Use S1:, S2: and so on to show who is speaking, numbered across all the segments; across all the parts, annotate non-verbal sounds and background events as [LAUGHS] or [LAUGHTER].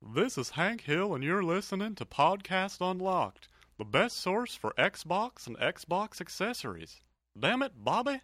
S1: This is Hank Hill, and you're listening to Podcast Unlocked, the best source for Xbox and Xbox accessories. Damn it, Bobby!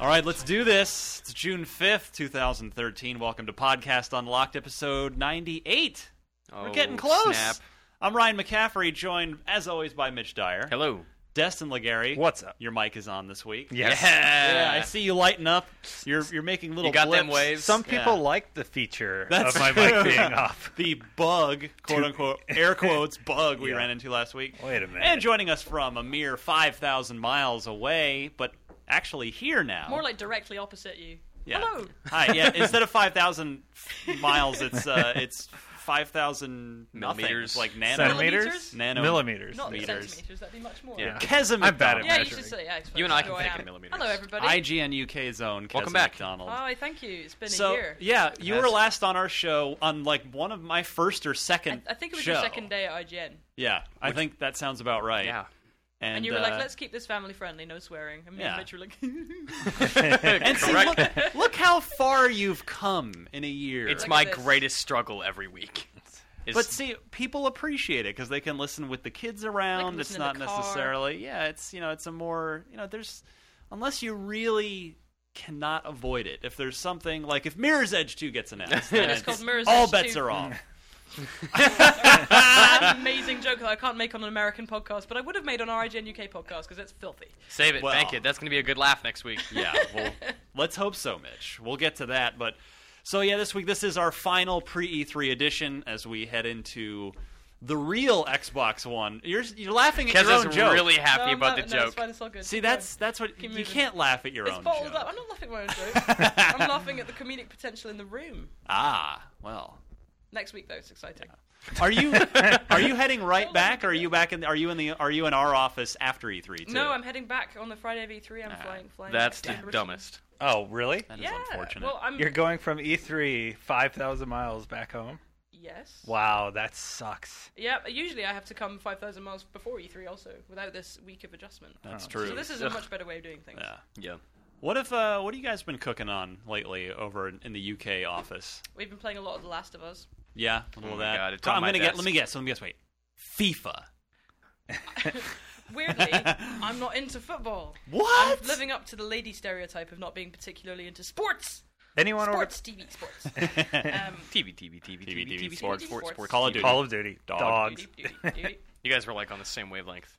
S2: All right, let's do this. It's June 5th, 2013. Welcome to Podcast Unlocked, episode 98. We're
S3: Oh,
S2: getting close.
S3: snap.
S2: I'm Ryan McCaffrey, joined as always by Mitch Dyer.
S3: Hello.
S2: Destin Legary.
S4: [LAUGHS] What's up?
S2: Your mic is on this week.
S4: Yes.
S2: Yeah, I see you lighting up. You're you're making little
S3: You got
S2: blips.
S3: them waves?
S4: Some people
S2: Yeah.
S4: like the [LAUGHS] feature
S2: That's
S4: of my mic [LAUGHS] being off.
S2: The bug, quote unquote, air
S4: [LAUGHS]
S2: quotes bug we ran into last week.
S4: Wait a minute.
S2: And joining us from a mere 5,000 miles away, but actually here now.
S5: More like directly opposite you.
S2: Yeah. [LAUGHS]
S5: Hello.
S2: Hi. Yeah. Instead of five thousand miles, it's uh, it's five thousand
S3: Millimeters.
S2: Millimeters, like nano.
S5: Centimeters?
S4: Centimeters?
S2: Nano-
S4: Millimeters.
S5: Not the
S2: Meters.
S5: centimeters. That'd be much more.
S3: Yeah.
S2: Kesem
S4: I'm bad at
S2: McDonald.
S5: Yeah, you
S4: Measuring.
S5: should say. Yeah, I suppose
S3: You and I
S5: that's
S3: can
S5: who
S3: think
S5: am.
S3: in millimeters.
S5: Hello, everybody.
S2: IGN UK's own Kesem
S3: Welcome back.
S2: McDonald.
S5: Hi, thank you. It's been
S2: so
S5: a year.
S2: yeah, you
S3: Yes.
S2: were last on our show on like one of my first or second.
S5: I think it was
S2: show.
S5: your second day at IGN, and,
S2: Yeah, I think that sounds about right.
S3: [LAUGHS] Yeah.
S2: and,
S5: you were like,
S2: uh,
S5: "Let's keep this family friendly, no swearing." And me
S2: yeah.
S5: and Mitch
S2: [LAUGHS]
S5: were [LAUGHS] like,
S2: and see,
S3: Correct.
S2: look, look how far you've come in a year.
S3: It's
S5: Look
S3: my
S5: at this.
S3: greatest struggle every week. Is-
S2: But see, people appreciate it because they can listen with the kids around. It's
S5: listen in
S2: not
S5: the car.
S2: necessarily, yeah. It's you know, it's a more you know, there's unless you really cannot avoid it. If there's something like if Mirror's Edge Two gets announced, then
S5: [LAUGHS] It's called
S2: it's-
S5: Mirror's
S2: all
S5: Edge
S2: bets
S5: 2.
S2: are off.
S5: [LAUGHS] "That's an amazing joke that I can't make on an American podcast, but I would have made on our IGN UK podcast because it's filthy."
S3: Save it.
S2: well.
S3: Thank you. That's going to be a good laugh next week. [LAUGHS]
S2: yeah, Uh, well, let's hope so, Mitch. We'll get to that, but so yeah, this week this is our final pre E3 edition as we head into the real Xbox One. You're you're laughing at
S3: Kez
S2: your own
S3: is
S2: joke.
S3: really happy
S5: No, I'm
S3: about
S5: not-
S3: the
S5: no,
S3: joke.
S5: It's fine. It's all good.
S2: See,
S5: It's fine.
S2: that's that's what
S5: Keep
S2: you
S5: moving.
S2: can't laugh at your
S5: It's
S2: own
S5: bottled
S2: joke.
S5: up. I'm not laughing at my own
S2: [LAUGHS]
S5: joke. I'm laughing at the comedic potential in the room.
S2: Ah, well.
S5: Next week, though, it's exciting.
S2: Are you are
S5: [LAUGHS]
S2: you heading right back? Or are you back in? Are you in the? Are you in our office after E three?
S5: No, I'm heading back on the Friday of E3.
S2: Ah,
S5: I'm flying, flying.
S3: That's
S5: back to
S3: the
S5: Britain.
S3: dumbest.
S4: Oh, really?
S2: That is
S5: Yeah.
S2: unfortunate.
S5: Well, I'm.
S4: You're going from E E3 5,000 miles back home?
S5: yes.
S4: Wow, that sucks.
S5: Yeah, but usually I have to come 5,000 miles before E3 also, without this week of adjustment.
S2: That's true.
S5: Oh, So this is a much better way of doing things.
S2: yeah.
S3: Yeah.
S2: What if? Uh, what have you guys been cooking on lately over in, in the UK office?
S5: We've been playing a lot of The Last of Us.
S2: Yeah, a little
S3: Oh
S2: of
S3: my
S2: that.
S3: God, it's
S2: Oh,
S3: on
S2: I'm
S3: my
S2: gonna
S3: desk.
S2: get. Let me guess. Let me guess. Wait, FIFA. [LAUGHS]
S5: Weirdly, I'm not into football.
S2: What?
S5: I'm living up to the lady stereotype of not being particularly into sports.
S4: Anyone over
S5: Sports, TV, sports. um,
S3: TV, TV, TV, TV,
S2: TV,
S3: TV,
S2: sports,
S5: sports, sports.
S2: Call of Duty.
S4: Call of Duty? Dogs.
S5: doody, doody, doody.
S3: You guys were like on the same wavelength.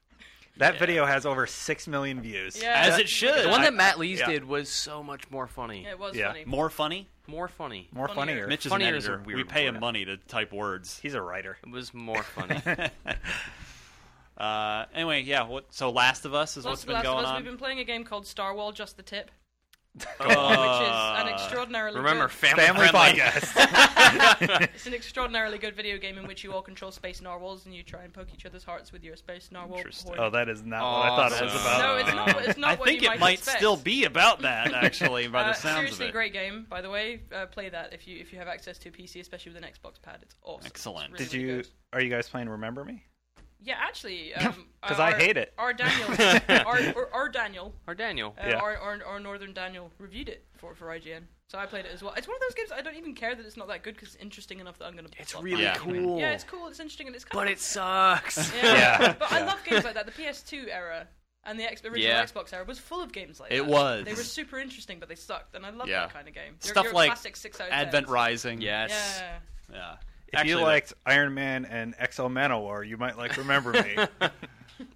S4: That video has over 6 million views.
S5: Yeah.
S2: As it should.
S3: The one that Matt Lees
S4: yeah.
S3: did was so much more funny.
S5: Yeah, it was
S4: Yeah.
S5: funny.
S2: more funny.
S3: More funny.
S4: More
S5: Funnier.
S4: funnier.
S2: Mitch is an
S3: Funnier is a
S2: editor.
S3: weird
S2: we pay him
S3: word.
S2: money to type words.
S4: He's a writer.
S3: It was [LAUGHS] more funny.
S2: Uh, anyway, yeah. What? So Last of Us is
S5: Last
S2: what's
S5: of
S2: been
S5: Last of
S2: going
S5: Us,
S2: on.
S5: we've been playing a game called Starwall Just the Tip, which is
S2: Uh,
S5: an extraordinarily
S3: Remember,
S5: good,
S3: family,
S4: Family
S3: friendly.
S4: podcast.
S5: it's an extraordinarily good video game in which you all control space narwhals and you try and poke each other's hearts with your space narwhal.
S2: Interesting.
S5: horn.
S4: oh, that is not what I thought it was
S3: Awesome.
S4: about.
S5: No, it's not. It's not
S2: I
S5: what
S2: think
S5: you
S2: it
S5: might
S2: might
S5: expect.
S2: still be about that, actually, by the
S5: Uh,
S2: sounds
S5: seriously,
S2: of it.
S5: great game. By the way, uh, play that if you if you have access to a PC, especially with an Xbox pad. It's awesome. It's
S2: Excellent.
S5: really,
S4: Did you.
S5: Good.
S4: Are you guys playing Remember Me?
S5: Yeah, actually, um,
S4: 'Cause
S5: our-
S4: I hate it.
S5: Our Daniel, our, our, our Daniel,
S3: Or Daniel.
S5: uh,
S4: Yeah.
S5: our, our our northern Daniel reviewed it for for IGN. So I played it as well. It's one of those games I don't even care that it's not that good because it's interesting enough that I'm gonna.
S3: It's
S5: love
S3: really
S2: Yeah.
S3: cool.
S5: Yeah, it's cool. It's interesting and it's. Kind
S3: But
S5: of,
S3: it sucks.
S5: Yeah.
S4: Yeah.
S5: But I love games like that. The PS2 era and the X- original
S3: Yeah.
S5: Xbox era was full of games like
S2: It
S5: that.
S2: was.
S5: They were super interesting, but they sucked, and I love
S2: Yeah.
S5: that kind of game. Your-
S2: Stuff
S5: your
S2: like
S5: classic six out of
S2: Advent
S5: 10s.
S2: Rising.
S3: Yes.
S5: Yeah.
S2: Yeah.
S4: If you liked Iron Man and XL Manowar, you might like Remember Me.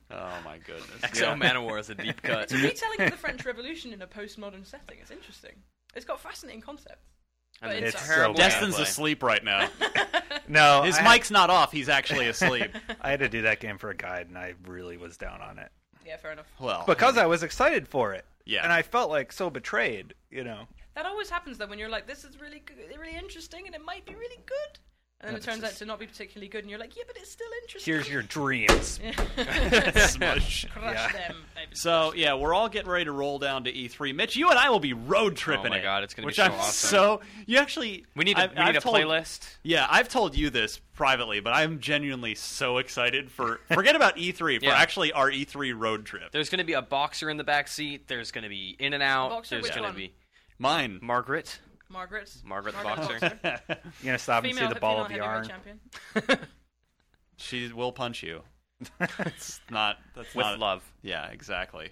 S2: Oh my goodness.
S3: XO Manowar is a
S2: [LAUGHS]
S3: deep cut.
S5: Retelling of the French Revolution in a postmodern setting. It's interesting. It's got fascinating concepts.
S3: And
S5: [LAUGHS] But
S3: the
S5: it's so
S3: terrible
S4: bad.
S2: Destin's
S3: gameplay.
S2: asleep right [LAUGHS] now.
S4: no,
S2: His
S4: I had-
S2: mic's not off. He's actually [LAUGHS] asleep.
S4: I had to do that game for a guide, and I really was down on it
S5: Yeah, fair enough.
S2: Well, [LAUGHS]
S4: because I was excited for it.
S2: Yeah.
S4: and I felt like so betrayed. You know,
S5: That always happens though when you're like, this is really good, really interesting, and it might be really good, And then it
S4: That's
S5: turns out
S4: just-
S5: to not be particularly good, and you're like, yeah, but it's still interesting.
S4: Here's
S5: [LAUGHS]
S4: your [LAUGHS] dreams.
S2: Smush.
S5: Crush
S4: Yeah.
S5: them. baby.
S2: So yeah, we're all getting ready to roll down to E3. Mitch, you and I will be road tripping.
S3: Oh my
S2: it,
S3: God, it's gonna be
S2: which
S3: so
S2: I'm
S3: awesome.
S2: So you actually
S3: We need a,
S2: I've-
S3: we need
S2: I've
S3: a
S2: told-
S3: playlist.
S2: Yeah, I've told you this privately, but I'm genuinely so excited for forget about E3 for
S3: Yeah.
S2: actually our E3 road trip.
S3: There's going to be a boxer in the back seat. There's going to be in and out.
S5: Boxer,
S3: There's
S5: which
S3: going to
S5: one?
S3: be
S2: Mine.
S3: Margaret.
S5: Margaret's.
S3: Margaret the Boxer.
S4: You're gonna stop
S5: Female
S4: and see the ball
S5: female
S4: of
S5: heavyweight
S4: yarn.
S5: champion.
S2: She will punch you.
S4: [LAUGHS]
S2: It's not that's
S3: With
S2: not-
S3: love.
S2: Yeah, exactly.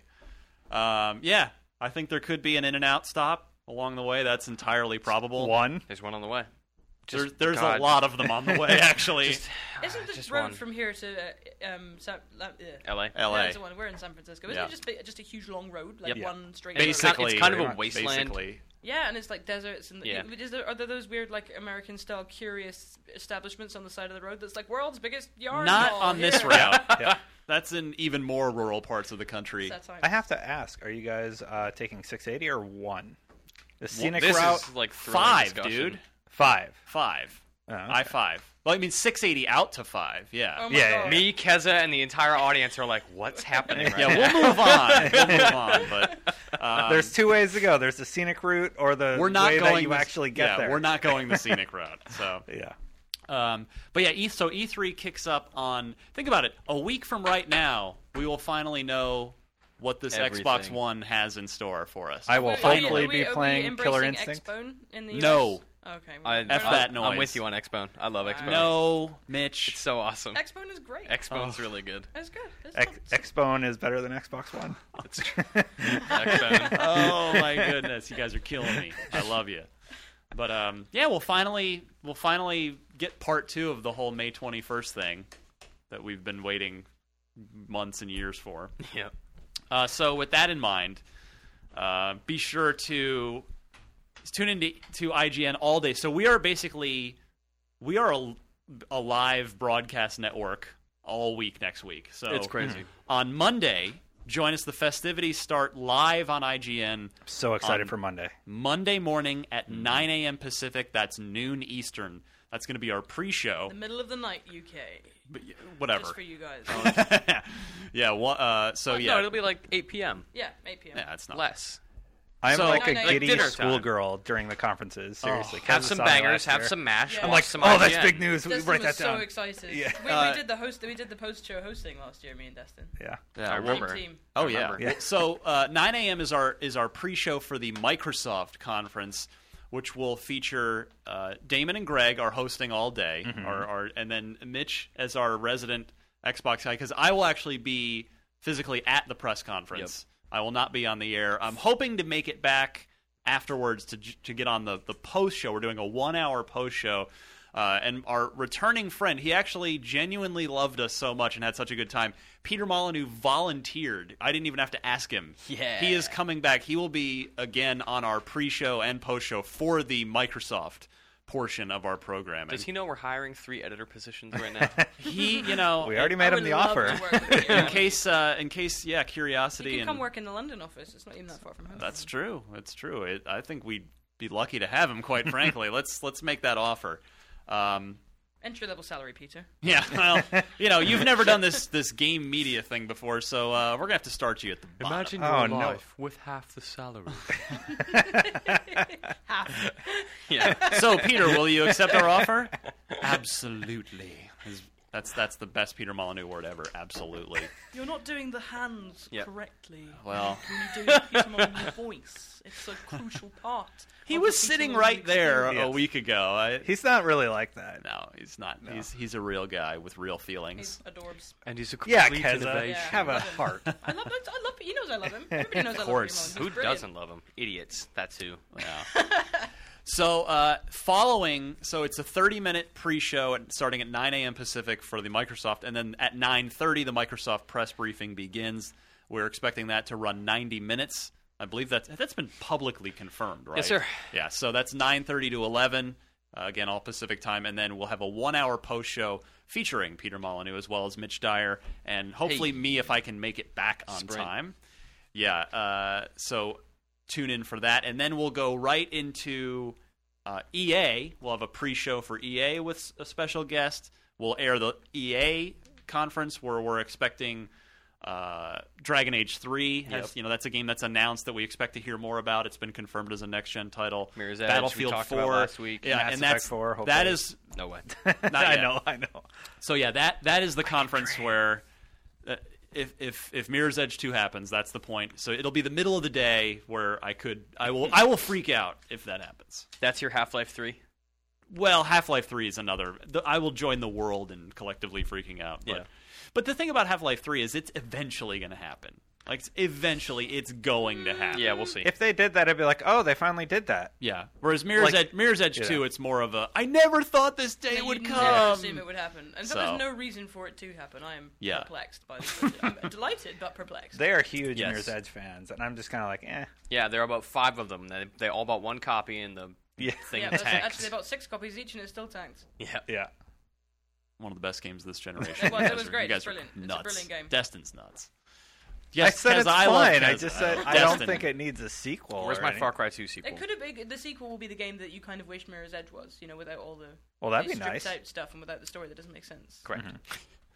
S2: Um, yeah, I think there could be an in and out stop along the way. That's entirely probable.
S4: One.
S3: There's one on the way.
S2: There's,
S3: Just-
S2: there's a
S3: God.
S2: lot of them on the
S4: [LAUGHS]
S2: way actually.
S3: Just- [SIGHS]
S5: Isn't this
S3: Just
S5: road
S3: one.
S5: from here to uh, um, Sa- La- uh,
S3: LA.
S2: LA.
S5: No, it's the one. We're in San Francisco. Isn't
S2: Yeah.
S5: it just bi- just a huge long road, like
S2: Yep. Yeah.
S5: one straight
S3: It's kind-
S5: road?
S2: Basically,
S3: it's kind of
S4: a
S2: pretty much,
S3: wasteland.
S2: Basically.
S5: Yeah, and it's like deserts and
S3: Yeah.
S5: is there are there those weird like American style curious establishments on the side of the road that's like world's biggest yarn?
S2: Not
S5: mall
S2: on this
S5: here.
S2: route.
S4: Yeah.
S2: [LAUGHS] That's in even more rural parts of the country.
S5: That's fine.
S4: I have to ask: Are you guys uh, taking 680 or one? The scenic
S3: this
S4: route
S3: is like thrilling
S2: Five,
S3: discussion.
S2: dude.
S4: five.
S2: Five.
S4: Oh, okay.
S2: I five. Well, I mean six eighty out to five. Yeah.
S5: Oh my
S4: Yeah, yeah,
S5: God.
S3: Me, Keza, and the entire audience are like, "What's
S5: [LAUGHS]
S3: happening?" Right
S2: yeah, [LAUGHS]
S3: now?
S2: we'll move on. We'll move on.
S4: [LAUGHS]
S2: But um,
S4: There's two ways to go. There's the scenic route or the
S2: we're not
S4: way
S2: going.
S4: that you
S2: the-
S4: actually get
S2: yeah,
S4: there.
S2: We're not going the scenic route.
S4: [LAUGHS]
S2: So,
S4: Yeah.
S2: um, but yeah. E, so E three kicks up on. Think about it. A week from right now, we will finally know what this Xbox
S3: Everything.
S2: One has in store for us.
S4: I will
S5: Wait,
S2: finally
S5: are we- are
S4: be
S5: we
S4: playing
S5: embracing
S4: Killer Instinct.
S5: X-Bone in the
S2: No.
S5: US? Okay. well,
S3: I,
S5: we're not-
S2: that
S3: I'm
S2: noise.
S3: with you on Xbone. I love Xbone.
S2: No, Oh. Mitch.
S3: it's so awesome.
S5: X-Bone is great.
S3: Xbone's really good.
S5: It's good. It's
S4: X-
S5: fun.
S4: Xbone is better than Xbox One.
S3: It's true. Xbone.
S2: [LAUGHS] oh my goodness, you guys are killing me. I love you. But um, yeah, we'll finally we'll finally get part two of the whole May twenty first thing that we've been waiting months and years
S3: [LAUGHS]
S2: for.
S3: Yeah.
S2: Uh, so with that in mind, uh, be sure to tune in to, to IGN all day. So we are basically we are a, a live broadcast network all week next week. So
S3: It's crazy.
S2: On Monday, join us. The festivities start live on IGN
S4: So excited
S2: Um,
S4: for Monday.
S2: Monday morning at 9 a.m. Pacific. That's noon Eastern. That's going to be our pre-show.
S5: The middle of the night, UK.
S2: But, y- whatever.
S5: Just for you Oh, guys.
S2: [LAUGHS] yeah. Well, uh, so yeah.
S3: No, it'll be like 8 p.m.
S5: yeah, 8 p.m.
S2: yeah, it's not.
S3: Less.
S4: I'm
S2: so-
S4: like a
S5: No, no,
S4: giddy
S3: dinner time.
S4: schoolgirl during the conferences. Seriously,
S3: Have
S4: Kansas
S3: some
S4: saw me
S3: bangers.
S4: last
S3: Have
S4: year.
S3: some mash.
S5: Yeah.
S3: watch
S5: I'm
S4: I'm like,
S3: some
S4: oh, that's
S3: IGN.
S4: big news. We
S5: Dustin
S4: write
S5: was
S4: that down.
S5: so excited.
S4: Yeah.
S5: We,
S2: Uh,
S5: we did the host. We did the post-show hosting last year. Me and Dustin.
S4: yeah.
S2: Yeah,
S3: I
S2: we'll-
S3: remember.
S5: team.
S2: Oh yeah.
S3: Remember.
S4: Yeah.
S2: so uh, 9 a.m. is our is our pre-show for the Microsoft conference, which will feature uh, Damon and Greg are hosting all day, our, our, and then Mitch as our resident Xbox guy because I will actually be physically at the press conference. I will not be on the air. I'm hoping to make it back afterwards to j- to get on the the post show. We're doing a one hour post show. Uh, and our returning friend, he actually genuinely loved us so much and had such a good time. Peter Molyneux volunteered. I didn't even have to ask him.
S3: Yeah.
S2: He is coming back. He will be again on our pre show and post show for the Microsoft portion of our programming.
S3: Does he know we're hiring three editor positions right now?
S4: [LAUGHS]
S2: he, you know,
S4: We already
S5: I
S4: made
S5: would
S4: him the
S5: love
S4: offer.
S5: To
S4: [LAUGHS]
S5: work with
S2: [LAUGHS]
S5: you.
S2: in case uh, in case yeah
S5: You
S2: curiosity
S5: can
S2: and
S5: come work in the London office. It's not even that far from home.
S2: that's true that's true it, i think we'd be lucky to have him quite [LAUGHS] frankly let's let's make that offer um,
S5: entry level salary, Peter.
S2: yeah [LAUGHS] well you know you've never done this this game media thing before so uh, we're gonna have to start you at the bottom. [LAUGHS]
S4: your Oh, no. life
S3: with half the salary.
S5: Half.
S3: yeah.
S2: so peter will you accept our offer [LAUGHS] absolutely Is- that's that's the best peter molyneux word ever absolutely
S5: [LAUGHS] You're not doing the hands
S3: Yep.
S5: correctly.
S2: well
S5: Can you do Peter Molyneux voice? It's a crucial part.
S2: he
S5: of
S2: was
S5: the Peter
S2: sitting
S5: Molyneux
S2: right there a
S4: Yes.
S2: week ago I,
S4: He's not really like that.
S2: no he's not he's he's a real guy with real feelings
S5: experience. He's adorbs.
S3: And he's a complete
S4: [LAUGHS] Yeah, Keza,
S5: innovation.
S4: have
S5: [LAUGHS]
S4: a heart.
S5: I love. I love. He knows I love him. Everybody knows I love
S4: course.
S5: Peter
S3: Who
S5: Molyneux. He's brilliant.
S3: doesn't love him? Idiots. That's who.
S2: Yeah. so uh, following, so it's a 30-minute pre-show at, starting at 9 a.m. Pacific for the Microsoft, and then at 9:30 the Microsoft press briefing begins. We're expecting that to run 90 minutes. I believe that's that's been publicly confirmed, right?
S3: Yes, sir.
S2: Yeah. So that's 9:30 to 11. Uh, again, all Pacific time, and then we'll have a one-hour post show featuring Peter Molyneux as well as Mitch Dyer, and hopefully
S3: Hey.
S2: me if I can make it back on
S3: Sprint.
S2: time. Yeah. Uh, so tune in for that, and then we'll go right into Uh, EA will have a pre-show for EA with s- a special guest. We'll air the EA conference where we're expecting uh, Dragon Age Three. Has, You know, that's a game that's announced that we expect to hear more about. It's been confirmed as a next-gen title.
S3: Mirror's Edge, we
S2: Battlefield
S3: talked about
S2: Four
S3: last week.
S2: Yeah,
S4: Mass
S2: and
S4: Effect
S2: that's
S4: 4,
S2: that
S4: hopefully.
S2: is
S3: No
S4: [LAUGHS]
S3: way.
S4: I
S2: yet.
S4: know, I know.
S2: so yeah, that that is the conference where uh, if if if Mirror's Edge 2 happens, that's the point. So it'll be the middle of the day where I could I will I will freak out if that happens.
S3: That's your Half Life Three.
S2: Well, Half-Life 3 is another the, I will join the world in collectively freaking out. But
S3: Yeah.
S2: but the thing about Half-Life 3 is it's eventually going to happen. Like it's eventually it's going to happen.
S3: Yeah, we'll see.
S4: If they did that, I'd be like, oh, they finally did that.
S2: Yeah. Whereas Mirror's
S4: Like-
S2: Edge Mirror's Edge
S4: Yeah.
S2: 2 it's more of a I never thought this day
S5: And
S2: would
S5: you'd never
S2: come.
S5: assume it would happen, and so,
S2: So.
S5: there's no reason for it to happen. I am
S2: Yeah.
S5: perplexed by this. [LAUGHS] I'm delighted, but perplexed.
S4: They are huge
S2: Yes.
S4: Mirror's Edge fans, and I'm just kind of like, eh. [LAUGHS]
S3: yeah, there are about five of them. They, they all bought one copy, and the
S4: Yeah.
S3: thing
S5: yeah, that's
S3: tanked.
S5: actually about six copies each, and it's still tanked.
S3: yeah.
S4: Yeah.
S2: one of the best games of
S5: [LAUGHS]
S2: this generation.
S5: It was- it
S2: You guys
S5: was
S2: are-
S5: great.
S2: You guys
S5: It's
S2: are
S5: brilliant. It's a
S2: Nuts.
S5: brilliant game.
S2: Destin's nuts. Yes,
S4: I said
S2: Kez,
S4: it's
S2: I love
S4: fine. I
S2: Kez.
S4: just said
S2: love
S4: I don't
S2: Destin.
S4: think it needs a sequel.
S3: Where's
S4: or
S3: my
S4: any-
S3: Far Cry Two sequel?
S5: It could have been the sequel will be the game that you kind of wish Mirror's Edge was, you know, without all the
S4: Well, that'd be
S5: the stripped
S4: nice.
S5: out stuff and without the story that doesn't make sense.
S3: Correct.
S4: Mm-hmm.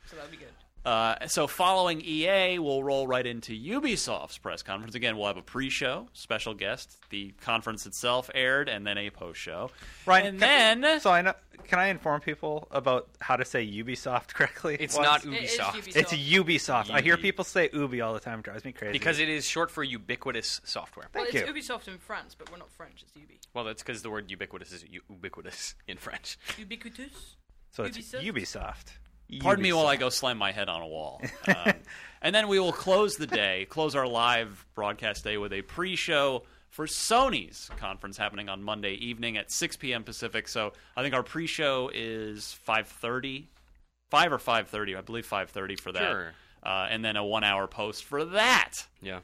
S5: So that'd be good.
S2: Uh, so following EA, we'll roll right into Ubisoft's press conference. Again, we'll have a pre-show, special guest, the conference itself aired, and then a post-show.
S4: Right.
S2: and then
S4: so I know. Can I inform people about how to say Ubisoft correctly?
S3: It's
S4: once?
S3: not
S5: It is
S3: Ubisoft.
S5: Ubisoft.
S4: It's Ubisoft. I hear
S2: Ubi.
S4: people say Ubi all the time. It drives me crazy.
S3: because it is short for ubiquitous software.
S5: Well,
S4: Thank
S5: it's
S4: you.
S5: Ubisoft in France, but we're not French. It's Ubi.
S3: Well, that's because the word ubiquitous is u- ubiquitous in French.
S5: Ubiquitous.
S4: so it's
S5: Ubisoft?
S4: Ubisoft.
S2: pardon me while I
S4: Ubisoft.
S2: go slam my head on a wall. Um, [LAUGHS] and then we will close the day, close our live broadcast day with a pre-show for Sony's conference happening on Monday evening at 6 p.m. Pacific. So I think our pre-show is 5:30, five or 5:30, I believe 5:30 for that,
S3: Sure.
S2: uh, and then a one-hour post for that.
S3: Yeah.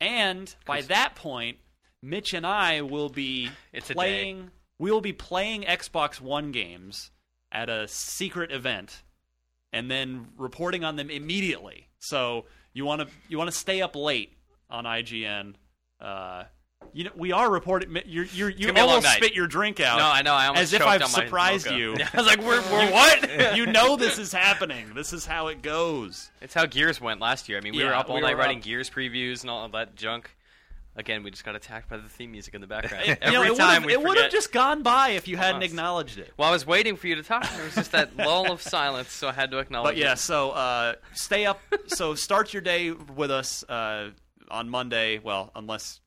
S2: And by that point, Mitch and I will be
S3: [LAUGHS] It's a day.
S2: playing. We will be playing Xbox One games at a secret event, and then reporting on them immediately. So you want to you want to stay up late on IGN. Uh, you know, we are reporting. You're, you're, you
S3: gonna be a long
S2: almost
S3: night.
S2: spit your drink out.
S3: No, I know. I almost
S2: as if
S3: choked
S2: I've
S3: on my
S2: surprised
S3: mocha. [LAUGHS]
S2: you.
S3: I was like, we're, we're what? [LAUGHS]
S2: you know this is happening. This is how it goes.
S3: It's how Gears went last year. I mean, we
S2: Yeah,
S3: were up all
S2: we
S3: night
S2: were
S3: writing
S2: up.
S3: Gears previews and all that junk. Again, we just got attacked by the theme music in the background.
S2: It- [LAUGHS]
S3: Every
S2: you know, it
S3: time
S2: would've-
S3: we
S2: it would
S3: forget.
S2: have just gone by if you hadn't
S3: Almost.
S2: acknowledged it.
S3: Well, I was waiting for you to talk. and There was just that lull of silence, so I had to acknowledge.
S2: But yeah, so uh, stay up. so start your day with us uh, on Monday. Well, unless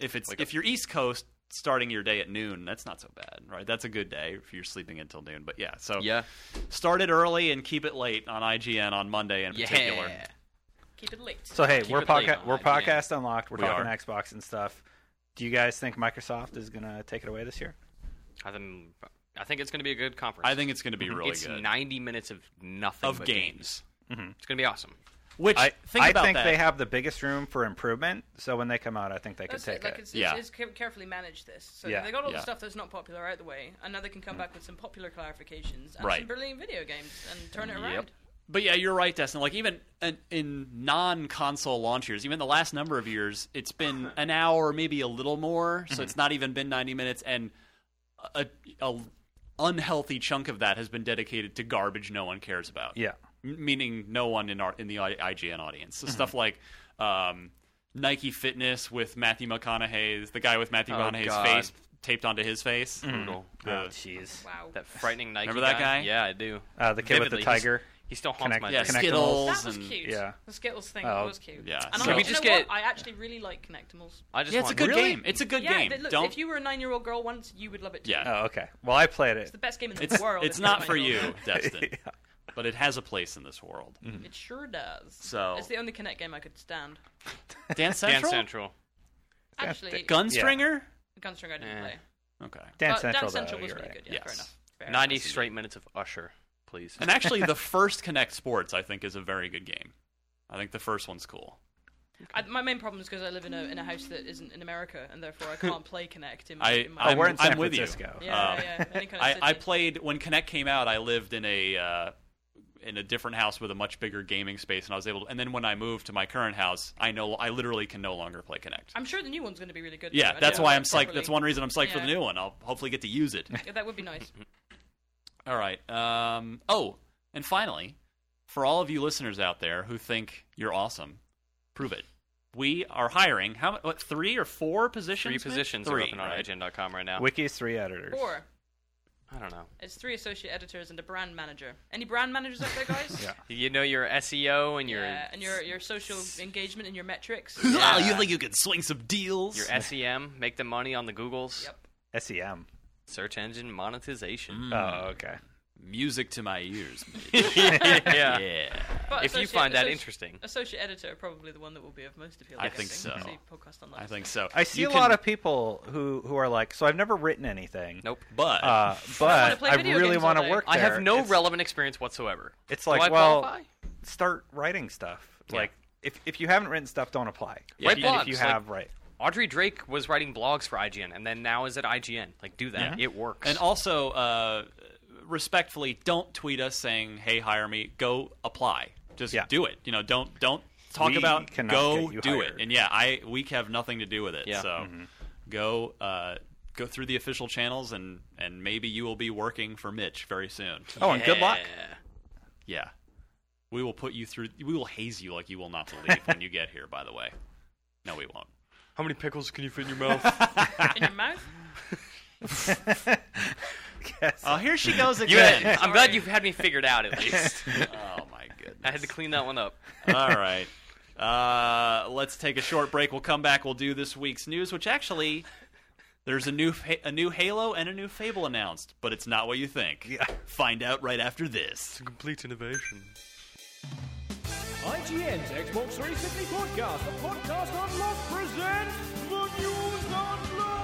S2: if it's
S3: Wake
S2: if
S3: up.
S2: you're East Coast, starting your day at noon. That's not so bad, right? That's a good day if you're sleeping until noon. But yeah, so
S3: it. yeah,
S2: start it early and keep it late on IGN on Monday in
S3: yeah.
S2: particular.
S5: Keep it late.
S4: So hey,
S3: Keep
S4: we're
S3: it late
S4: podca-
S3: on
S4: we're
S3: IGN.
S4: podcast unlocked. We're
S2: We
S4: talking
S2: are.
S4: Xbox and stuff. Do you guys think Microsoft is gonna take it away this year?
S3: I think, I think it's going to be a good conference.
S2: I think it's going to be
S3: [LAUGHS]
S2: really
S3: it's
S2: good
S3: 90 minutes of nothing
S2: of
S3: but
S2: games. Mm-hmm.
S3: It's going to be awesome.
S2: Which
S4: I
S2: think
S4: I
S2: about
S4: think
S2: that.
S4: they have the biggest room for improvement. So when they come out, I think they could
S5: That's
S4: take
S5: it. Like
S4: it.
S5: it's,
S2: Yeah.
S5: it's, it's carefully managed this. So
S4: Yeah.
S5: they got all
S2: Yeah. Mm.
S5: the stuff that's not popular out the way, and now they can come back with some popular clarifications and
S2: Right.
S5: some brilliant video games and turn it
S3: Yep.
S5: around.
S2: But yeah, you're right, Destin. Like even in, in non-console launch years, even the last number of years, it's [LAUGHS] been an hour, maybe a little more. So it's not even been 90 minutes, and a, a unhealthy chunk of that has been dedicated to garbage no one cares about.
S4: Yeah.
S2: M- meaning no one in our in the I- IGN audience. So stuff like. Um, Nike Fitness with Matthew McConaughey's the guy with Matthew
S3: Oh,
S2: McConaughey's
S3: God.
S2: face taped onto his face.
S3: Brutal.
S4: Oh, jeez.
S5: Wow.
S3: That frightening Nike.
S2: Mm-hmm. Remember that guy?
S3: Yeah, I do.
S4: Uh, the kid with the
S3: Vividly.
S4: tiger.
S3: He's- He still haunts
S4: Connect-
S3: my
S2: Yeah,
S3: dreams.
S4: Connectimals.
S2: Skittles
S5: That was
S2: and
S5: cute.
S4: Yeah.
S5: The Skittles thing
S4: Oh,
S5: was cute.
S2: yeah.
S5: And
S2: So-
S5: I,
S2: We
S5: you
S3: just
S5: know
S3: get-
S5: what? I actually really like Connectimals.
S3: I just
S2: yeah, it's a
S3: want
S2: good
S3: really?
S2: game. It's a good
S5: yeah,
S2: game.
S5: they- look,
S2: Don't
S5: if you were a nine-year-old girl once, you would love it too.
S2: yeah.
S4: Oh, okay. Well, I played it.
S5: It's the best game in the
S2: It's,
S5: [LAUGHS] world.
S2: it's
S5: if
S2: not
S5: you're
S2: for
S5: a
S2: you,
S5: [LAUGHS] nine-year-old.
S2: Destin,
S4: [LAUGHS] Yeah.
S2: but it has a place in this world.
S5: It sure does.
S2: So-
S5: it's the only Connect game I could stand.
S2: Dance Central,
S3: Dance Central.
S5: Actually,
S2: Gunstringer.
S5: Gunstringer I didn't
S3: Eh.
S5: play.
S2: Okay,
S4: Dance
S5: but
S4: Central,
S5: Dance Central
S4: though,
S5: was
S4: you're
S5: pretty
S4: right.
S5: good. Yeah, fair
S2: Yes.
S5: enough. Fair
S3: 90
S5: enough.
S3: straight minutes of Usher, please.
S2: and actually,
S5: [LAUGHS]
S2: the first Connect Sports I think is a very good game. I think the first one's cool.
S5: I, my main problem is because I live in a in a house that isn't in America, and therefore
S2: [LAUGHS]
S5: I can't play Connect in my.
S2: I
S5: in my
S2: I'm,
S4: Oh, we're in San
S2: I'm with
S4: Francisco.
S2: you.
S5: yeah,
S2: um, [LAUGHS]
S5: yeah, yeah. Any kind of
S2: I, I
S5: city.
S2: played when Connect came out. I lived in a uh, in a different house with a much bigger gaming space, and I was able. To, and then when I moved to my current house, I know I literally can no longer play Connect.
S5: I'm sure the new one's going to be really good. though. I
S2: Yeah,
S5: don't
S2: that's
S5: know
S2: why
S5: that
S2: I'm psyched.
S5: properly.
S2: That's one reason I'm psyched for the
S5: Yeah.
S2: new one. I'll hopefully get to use it.
S5: Yeah, that would
S2: [LAUGHS]
S5: be nice.
S2: All right. Um, oh, and finally, for all of you listeners out there who think you're awesome, prove it. We are hiring how mu- what three or four positions?
S3: Three
S2: Mitch?
S3: positions
S2: Three,
S3: are open on
S2: right?
S3: IGN.com right now.
S4: Wiki's three editors.
S5: Four.
S3: I don't know.
S5: It's three associate editors and a brand manager. Any brand managers out there, guys?
S2: [LAUGHS]
S4: Yeah.
S3: You know your SEO and your
S5: Yeah, and your your social engagement and
S3: [LAUGHS]
S5: your metrics.
S2: [LAUGHS] Ah,
S3: Yeah.
S2: You think you can swing some deals?
S3: your SEM, make the money on the Googles,
S5: Yep.
S4: SEM.
S3: search engine monetization.
S4: E
S2: Mm-hmm.
S4: [LAUGHS] Oh, okay.
S2: Music to my ears. Mitch.
S3: [LAUGHS] yeah.
S2: yeah.
S5: But
S3: If you
S5: associate-
S3: find that
S5: associ-
S3: interesting.
S5: associate editor are probably the one that will be of most appeal.
S2: I
S5: guessing,
S2: think so.
S5: because you podcast on that.
S2: I think so.
S4: I see
S2: You
S4: a
S2: can-
S4: lot of people who who are like, so I've never written anything.
S3: Nope.
S2: But
S4: Uh, but
S5: play
S4: I,
S5: video
S4: really
S5: games all
S4: want to
S5: day.
S4: work.
S3: I have
S4: there.
S3: no
S4: It's-
S3: relevant experience whatsoever.
S4: It's
S3: Do
S4: like,
S3: I
S4: well,
S3: qualify?
S4: start writing stuff.
S2: Yeah.
S4: Like if if you haven't written stuff, don't apply.
S2: Yeah,
S4: Write
S2: you-
S4: and if you
S3: blogs, like-
S4: have, write.
S3: Audrey Drake was writing blogs for IGN, and then now is at IGN. Like, do that. It works.
S2: And also, uh, respectfully, don't tweet us saying, "Hey, hire me." Go apply. Just
S4: Yeah.
S2: do it. You know, don't don't talk
S4: We
S2: about.
S4: cannot
S2: Go
S4: get you
S2: do
S4: hired. Mm-hmm.
S2: it. And yeah, I we have nothing to do with it.
S3: Yeah.
S2: So go uh, go through the official channels, and and maybe you will be working for Mitch very soon.
S4: Oh, and good luck.
S3: Yeah.
S2: Yeah. We will put you through. We will haze you like you will not to leave when you get here. By the way, no, we
S4: [LAUGHS]
S2: won't.
S3: How many pickles can you fit in
S1: [LAUGHS]
S3: your mouth?
S5: in
S2: [LAUGHS]
S5: your mouth.
S4: [LAUGHS] Yes.
S2: Oh, here she
S4: [LAUGHS]
S2: goes
S3: you
S2: again.
S3: had, I'm glad you had me figured out at least.
S2: oh my goodness.
S3: I had to clean that one up.
S2: All right. Uh, let's take a short break. We'll come back. We'll do this week's news, which actually there's a new fa- a new Halo and a new Fable announced, but it's not what you think.
S4: Yeah.
S2: Find out right after this.
S3: Complete innovation.
S6: IGN's Xbox 360 podcast, the podcast on lock presents the news on lock.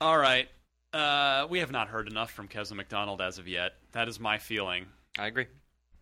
S2: All right. Uh, we have not heard enough from Kevin McDonald as of yet. That is my feeling.
S3: I agree.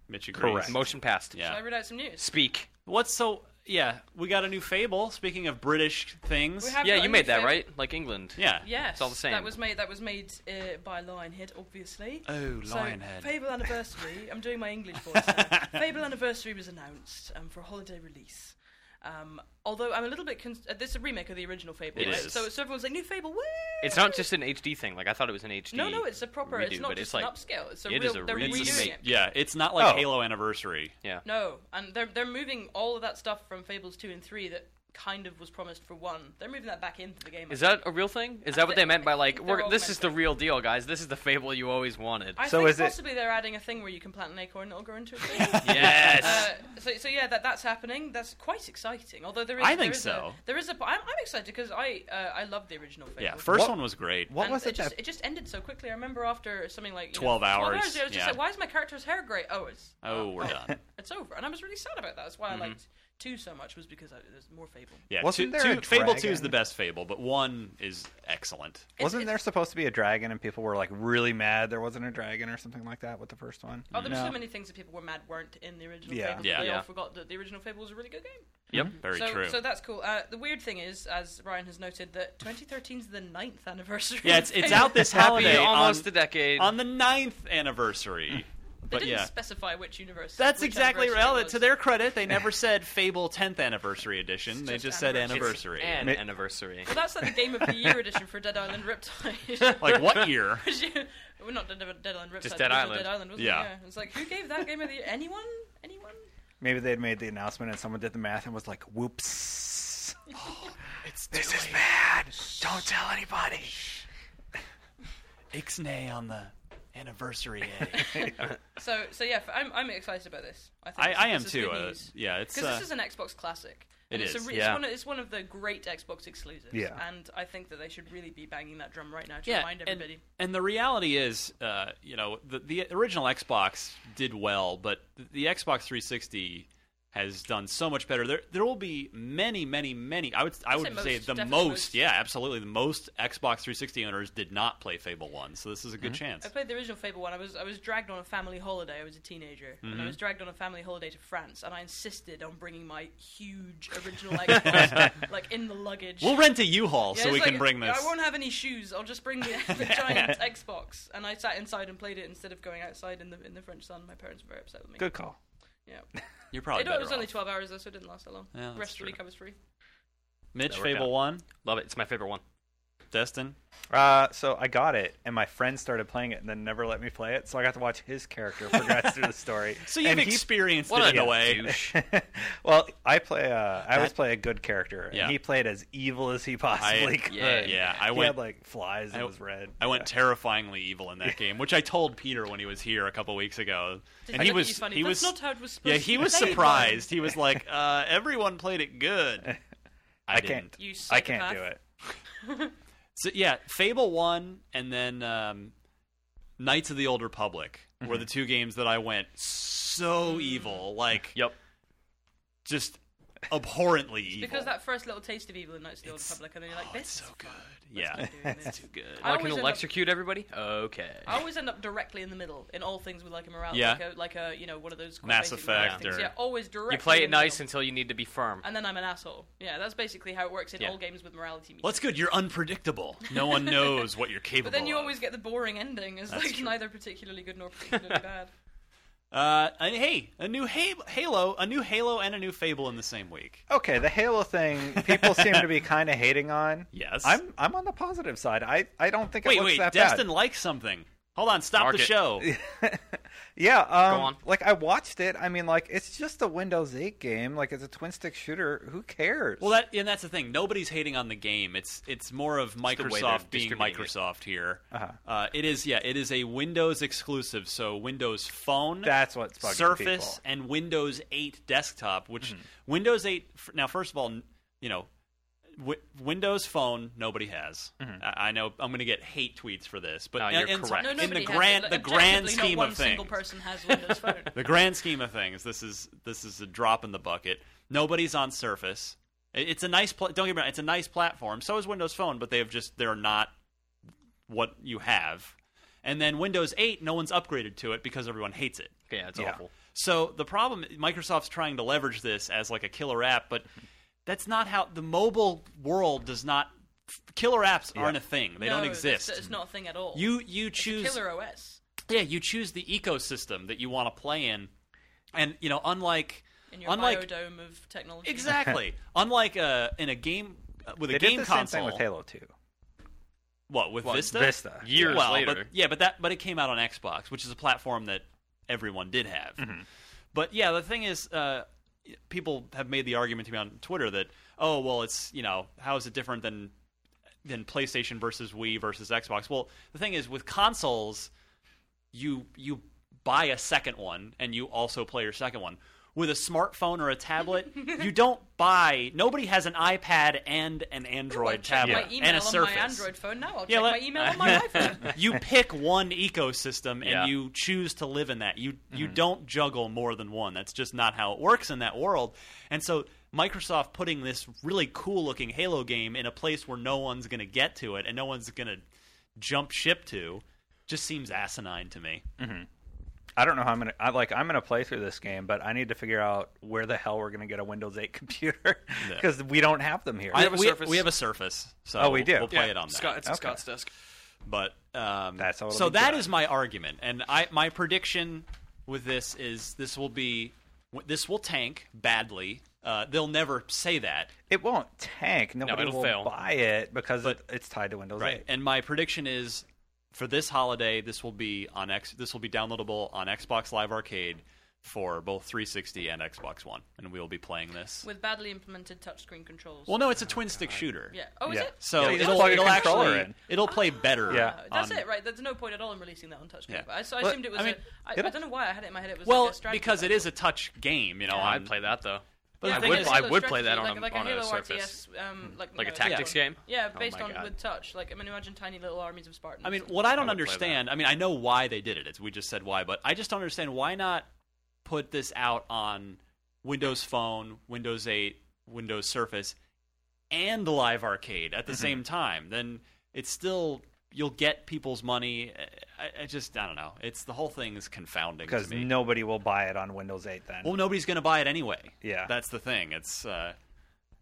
S2: Mitch agrees.
S4: Correct.
S3: Motion passed.
S5: Shall I
S2: Yeah.
S5: read out some news?
S3: Speak.
S2: What's so? Yeah, we got a new Fable. Speaking of British things,
S5: We have
S3: yeah,
S5: got a
S3: you
S5: new
S3: made that
S5: fav-
S3: right, like England.
S2: yeah,
S5: Yes,
S3: It's all the same.
S5: That was made. That was made uh, by Lionhead, obviously.
S2: Oh,
S5: So,
S2: Lionhead.
S5: Fable Anniversary.
S3: [LAUGHS]
S5: I'm doing my English voice now. Fable Anniversary was announced um, for a holiday release. Um, although I'm a little bit. Cons- uh, this is a remake of the original Fable.
S2: It
S5: right?
S2: is.
S5: So, so everyone's like, new Fable. Woo!
S3: It's not just an HD thing. Like I thought it was an HD.
S5: No, no, it's a proper.
S3: redo,
S5: it's not
S3: but it's
S5: just
S3: like
S5: an upscale. It's a
S3: it
S5: real.
S3: is a
S5: they're
S3: redo.
S2: It's-
S5: redoing
S3: remake.
S5: it.
S2: yeah. It's not like
S4: Oh.
S2: Halo Anniversary.
S3: yeah.
S5: No, and they're they're moving all of that stuff from Fables two and three that kind of was promised for one. They're moving that back into the game. I
S3: Is
S5: think.
S3: that a real thing? Is that what
S5: thi-
S3: they meant by
S5: I
S3: like
S5: think
S3: we're,
S5: they're all
S3: this
S5: meant
S3: is
S5: to.
S3: the real deal, guys? This is the fable you always wanted.
S5: I
S4: So
S5: think
S4: is it-
S5: possibly they're adding a thing where you can plant an acorn and it'll grow into a tree.
S3: [LAUGHS] yes.
S5: Uh, so, so yeah, that that's happening. That's quite exciting. Although there is,
S2: I
S5: there
S2: think
S5: is
S2: so.
S5: A, there is a. I'm, I'm excited because I uh, I love the original. Fable.
S2: Yeah, first
S4: What-
S2: one was great.
S4: What
S5: And
S4: was
S5: it?
S4: it?
S5: just,
S4: that-
S5: it just ended so quickly. I remember after something like you know,
S2: 12 hours,
S5: I was just
S2: yeah.
S5: like, why is my character's hair grey? Oh, it's
S2: Oh, we're done.
S4: [LAUGHS]
S5: it's over. And I was really sad about that. That's why I liked two so much was because I, there's more Fable.
S2: Yeah,
S4: Wasn't
S2: two,
S4: there a
S2: two- Fable Two is
S4: dragon?
S2: the best Fable, but one is excellent.
S4: Wasn't
S5: it's-
S4: there supposed to be a dragon and people were like really mad there wasn't a dragon or something like that with the first one?
S5: Oh, there were
S4: No.
S5: so many things that people were mad weren't in the original
S4: Yeah.
S5: Fable. that
S2: Yeah.
S5: They
S3: Yeah.
S5: all forgot that the original Fable was a really good game.
S2: Yep, very
S5: so,
S2: true.
S5: So that's cool. Uh, the weird thing is, as Ryan has noted, that 2013 is the ninth anniversary.
S2: yeah, it's
S5: of
S2: it's
S5: Fable.
S2: out
S5: [LAUGHS]
S2: this
S3: Happy
S2: holiday
S3: almost a
S2: on,
S3: decade.
S2: on the ninth
S4: Mm.
S2: anniversary.
S5: They
S2: but
S5: didn't
S2: yeah,
S5: specify which universe.
S2: that's
S5: which
S2: exactly
S5: anniversary it
S2: right.
S5: was.
S2: To their credit, they
S4: [LAUGHS]
S2: never said Fable Tenth Anniversary Edition. they
S5: just
S2: just said
S5: anniversary.
S2: anniversary.
S3: and
S4: Ma-
S3: anniversary.
S5: Well, that's like the Game of the Year edition for Dead Island
S2: [LAUGHS]
S5: Riptide.
S2: like
S4: [LAUGHS]
S2: what year?
S5: We're not Dead, Dead Island Riptide.
S3: Just
S5: it
S3: Dead
S5: was
S3: Island.
S5: Dead Island, wasn't
S2: Yeah.
S5: it? Yeah. It's like who gave that Game of the Year? Anyone? Anyone?
S4: Maybe they'd made the announcement and someone did the math and was like, "Whoops, this is bad. Don't tell anybody."
S2: Ixnay on the
S5: [LAUGHS]
S2: anniversary.
S5: So, so yeah, f- I'm, I'm excited about this. I, think
S2: I, I am
S5: this is
S2: too.
S5: good
S2: Uh,
S5: news.
S2: yeah, it's
S5: because
S2: uh,
S5: this is an Xbox classic. And
S2: it
S5: it's,
S2: is,
S5: a re-
S3: yeah.
S5: it's, one of, it's one of the great Xbox exclusives.
S4: Yeah.
S5: And I think that they should really be banging that drum right now to
S2: yeah,
S5: remind
S2: and-
S5: everybody.
S2: And, the reality is, uh, you know, the, the original Xbox did well, but the, the Xbox 360 has done so much better. There, there will be many, many, many. I would, I
S5: I'd
S2: would
S5: say
S2: say,
S5: most,
S2: the
S5: definitely
S2: most,
S5: most.
S2: Yeah, absolutely, the most Xbox 360 owners did not play Fable One, so this is a good chance.
S5: I played the original Fable one. I was I was dragged on a family holiday. I was a teenager,
S2: Mm-hmm.
S5: and I was dragged on a family holiday to France, and I insisted on bringing my huge
S2: [LAUGHS]
S5: original Xbox like in the luggage.
S2: We'll rent a U-Haul
S5: Yeah,
S2: so
S5: it's
S2: we
S5: like,
S2: can bring this.
S5: I won't have any shoes. I'll
S2: [LAUGHS]
S5: just bring the, the giant Xbox. And I sat inside and played it instead of going outside in the in the French sun. My parents were very upset with me.
S4: Good call.
S5: Yeah.
S2: You're [LAUGHS] probably
S5: it, it
S2: better
S5: was only
S2: off.
S5: twelve hours though, so it didn't last that long.
S2: Yeah, that's
S5: the rest
S2: true.
S5: of the week I was free.
S2: Mitch,
S3: That worked
S2: Fable
S3: out.
S2: One,
S3: Love it. It's my favorite one.
S2: Destin.
S4: Uh, so I got it, and my friend started playing it, and then never let me play it. So I got to watch his
S2: [LAUGHS]
S4: character progress through the story.
S2: So you've
S4: And he-
S2: experienced
S3: What
S2: it in
S3: a
S2: a way.
S3: douche.
S4: [LAUGHS] well, I play. Uh, I always play a good character, and
S2: Yeah.
S4: he played as evil as
S2: [LAUGHS]
S4: he possibly could.
S3: yeah,
S2: uh, yeah, I
S4: he
S2: went-
S4: had like flies and
S2: I-
S4: was red.
S2: I went terrifyingly evil in
S5: [LAUGHS]
S2: that game, which I told Peter when he was here a couple weeks ago,
S5: Did
S2: and
S5: he
S2: he
S5: look at
S2: was
S5: you funny?
S2: he
S5: That's
S2: was
S5: not how it was supposed
S2: yeah
S5: to
S2: he
S5: be
S2: was
S5: played.
S2: surprised. He
S5: [LAUGHS]
S2: was like, uh, everyone played it good. I,
S4: I
S2: didn't.
S4: can't.
S5: You
S4: I can't
S5: psychopath.
S4: do it.
S2: So yeah, Fable One, and then um, Knights of the Old Republic were
S5: Mm-hmm.
S2: the two games that I went so
S5: Mm.
S2: evil, like
S3: Yep.
S2: just abhorrently evil.
S5: Because that first little taste of evil in Knights of the Old
S2: It's-
S5: Republic, and then you're like,
S2: oh,
S5: this
S2: it's
S5: is
S2: so good.
S5: fun. Let's
S2: Yeah, [LAUGHS]
S5: keep doing this.
S2: too good.
S5: I
S3: I can
S5: always end up-
S3: electrocute everybody. Okay.
S5: I
S2: [LAUGHS]
S5: always end up directly in the middle in all things with like a morality,
S2: Yeah.
S5: like, a, like a you know one of those
S2: Mass
S5: basic
S2: Effect
S5: morality things.
S2: or-
S5: yeah, always directly.
S3: You play
S5: in
S3: it
S5: the
S3: nice
S5: middle.
S3: until you need to be firm.
S5: and then I'm an asshole. Yeah, that's basically how it works in
S3: Yeah.
S5: all games with morality. Meetings.
S2: Well, that's good. You're unpredictable. No
S5: [LAUGHS]
S2: one knows what you're capable.
S5: But then you
S2: of.
S5: always get the boring ending. It's
S2: That's
S5: like
S2: true.
S5: neither particularly good
S2: [LAUGHS]
S5: nor particularly bad.
S2: Uh, and hey, a new Ha- Halo, a new Halo, and a new Fable in the same week.
S4: Okay, the Halo thing people seem
S2: [LAUGHS]
S4: to be kind of hating on.
S2: Yes.
S4: I'm I'm on the positive side. I, I don't think it
S2: Wait,
S4: looks
S2: wait,
S4: that
S2: Destin
S4: bad.
S2: likes something. Hold on, stop
S3: Mark
S2: the
S3: it.
S4: [LAUGHS]
S2: show.
S4: Yeah, um,
S3: on.
S4: like I watched it. I mean, like it's just a Windows 8 game. Like it's a twin stick shooter. Who cares?
S2: Well, that and that's the thing. Nobody's hating on the game. It's it's more of
S3: the way they're
S2: Microsoft being
S3: distributing it.
S2: Microsoft here.
S4: Uh-huh.
S2: Uh, it is yeah. It is a Windows exclusive. So Windows Phone.
S4: That's what's bugging
S2: Surface
S4: people.
S2: and Windows 8 desktop. Which
S3: Mm-hmm.
S2: Windows 8 f- now? First of all, n- you know. Wi- Windows Phone nobody has. I-, I know I'm going to get hate tweets for this, but
S3: Mm-hmm. No,
S2: and-
S3: you're
S2: and so-
S3: correct.
S5: No,
S3: In
S2: the
S5: nobody has
S2: grand-
S5: it.
S2: the
S5: Like,
S2: grand
S5: objectively,
S2: scheme
S5: not
S2: of
S5: one single
S2: things.
S5: person has Windows Phone.
S2: the grand scheme of things, this is this is a drop in the bucket. Nobody's on Surface. It- It's a nice pla- don't get me wrong. It's a nice platform. So is Windows Phone, but they have just they're not what you have. And then Windows 8, no one's upgraded to it because everyone hates it.
S3: yeah, it's
S4: Yeah.
S3: awful.
S2: So the problem Microsoft's trying to leverage this as like a killer app, but that's not how the mobile world does not. Killer apps aren't a thing. [LAUGHS] They
S5: no,
S2: don't
S5: that's-
S2: exist.
S5: It's not a thing at all.
S2: you you
S5: It's a
S2: choose
S5: killer OS
S2: yeah, you choose the ecosystem that you want to play in, and you know, unlike
S5: in your
S2: unlike
S5: biodome of
S4: [LAUGHS]
S5: technology.
S2: exactly unlike uh, in a game uh, with
S4: they
S2: a game
S4: did the
S2: console,
S4: same thing with Halo 2.
S2: what with Vista?
S4: Vista.
S3: Years
S2: well,
S3: later.
S2: but, yeah, but that but it came out on Xbox, which is a platform that everyone did have. But yeah, the thing is, uh, people have made the argument to me on Twitter that oh well, it's you know how is it different than than PlayStation versus Wii versus Xbox? Well, the thing is with consoles, you you buy a second one and you also play your second one. With a smartphone or a tablet, you don't buy. Nobody has an iPad and an
S5: Ooh, I'll
S2: Android
S5: check
S2: tablet
S5: my email
S2: and a
S5: on
S2: Surface
S5: my Android phone now. I'll
S2: Yeah,
S5: check
S2: let-
S5: my email on
S2: [LAUGHS]
S5: my iPhone.
S2: you pick one ecosystem and
S3: Yeah.
S2: you choose to live in that. You you don't juggle more than one. That's just not how it works in that world. And so Microsoft putting this really cool looking Halo game in a place where no one's going to get to it and no one's going to jump ship to just seems asinine to me.
S4: I don't know how I'm gonna. I, like I'm gonna play through this game, but I need to figure out where the hell we're gonna get a Windows 8 [LAUGHS] computer
S2: Yeah.
S4: because we don't have them here.
S2: I-
S3: have a
S2: we,
S3: Surface?
S2: we have a Surface, so
S4: Oh, we do?
S2: We'll play
S3: Yeah,
S2: it on that.
S3: Scott, it's at
S4: Okay.
S3: Scott's desk.
S2: But um,
S4: That's how it'll
S2: so
S4: be
S2: that
S4: done.
S2: is my argument, and I my prediction with this is this will be this will tank badly. Uh, they'll never say that,
S4: It won't tank. Nobody
S3: it'll
S4: will
S3: fail.
S4: buy it because
S2: But-
S4: it's tied to Windows 8.
S2: And my prediction is for this holiday, this will be on X. This will be downloadable on Xbox Live Arcade for both 360 and Xbox One, and we will be playing this.
S5: With badly implemented touchscreen controls.
S2: well, no, it's a twin stick shooter.
S5: yeah. Oh, is
S4: Yeah.
S5: it?
S2: So
S4: Yeah, you just
S2: it'll,
S4: plug a
S2: it'll
S4: controller
S2: actually
S4: in.
S2: it'll play better.
S4: Yeah.
S5: Oh, that's
S2: on-
S5: it, right? There's no point at all in releasing that on touchscreen.
S2: Yeah.
S5: But I, so I
S4: Well,
S5: assumed it was.
S2: I mean,
S5: a, I, I
S4: it'll-
S5: don't know why I had it in my head. It was
S2: Well,
S5: like a strategy
S2: because it
S5: title.
S2: is a touch game, you know.
S3: Oh,
S2: on-
S3: I'd play that though.
S2: But the
S3: I
S2: thing
S3: would
S2: is-
S3: buy- I would play that
S5: strategy,
S3: on a-
S5: like, like
S3: on a
S5: Halo
S3: Surface. Hmm.
S5: RTS, um, like,
S3: Like
S5: you
S3: a
S5: know,
S3: tactics
S5: yeah.
S3: game?
S5: Yeah,
S3: Oh
S5: based
S3: my
S5: on
S3: God.
S5: with touch. Like I mean, imagine tiny little armies of Spartans.
S2: I mean, what I don't
S3: I would play that.
S2: understand. I mean, I know why they did it. It's, we just said why, but I just don't understand why not put this out on Windows Phone, Windows 8, Windows Surface, and Live Arcade at the
S3: Mm-hmm.
S2: same time, then it's still you'll get people's money. I, I just I don't know. It's the whole thing is confounding to
S4: because
S2: me.
S4: nobody will buy it on Windows 8 then.
S2: well, nobody's going to buy it anyway.
S4: Yeah.
S2: that's the thing. It's uh,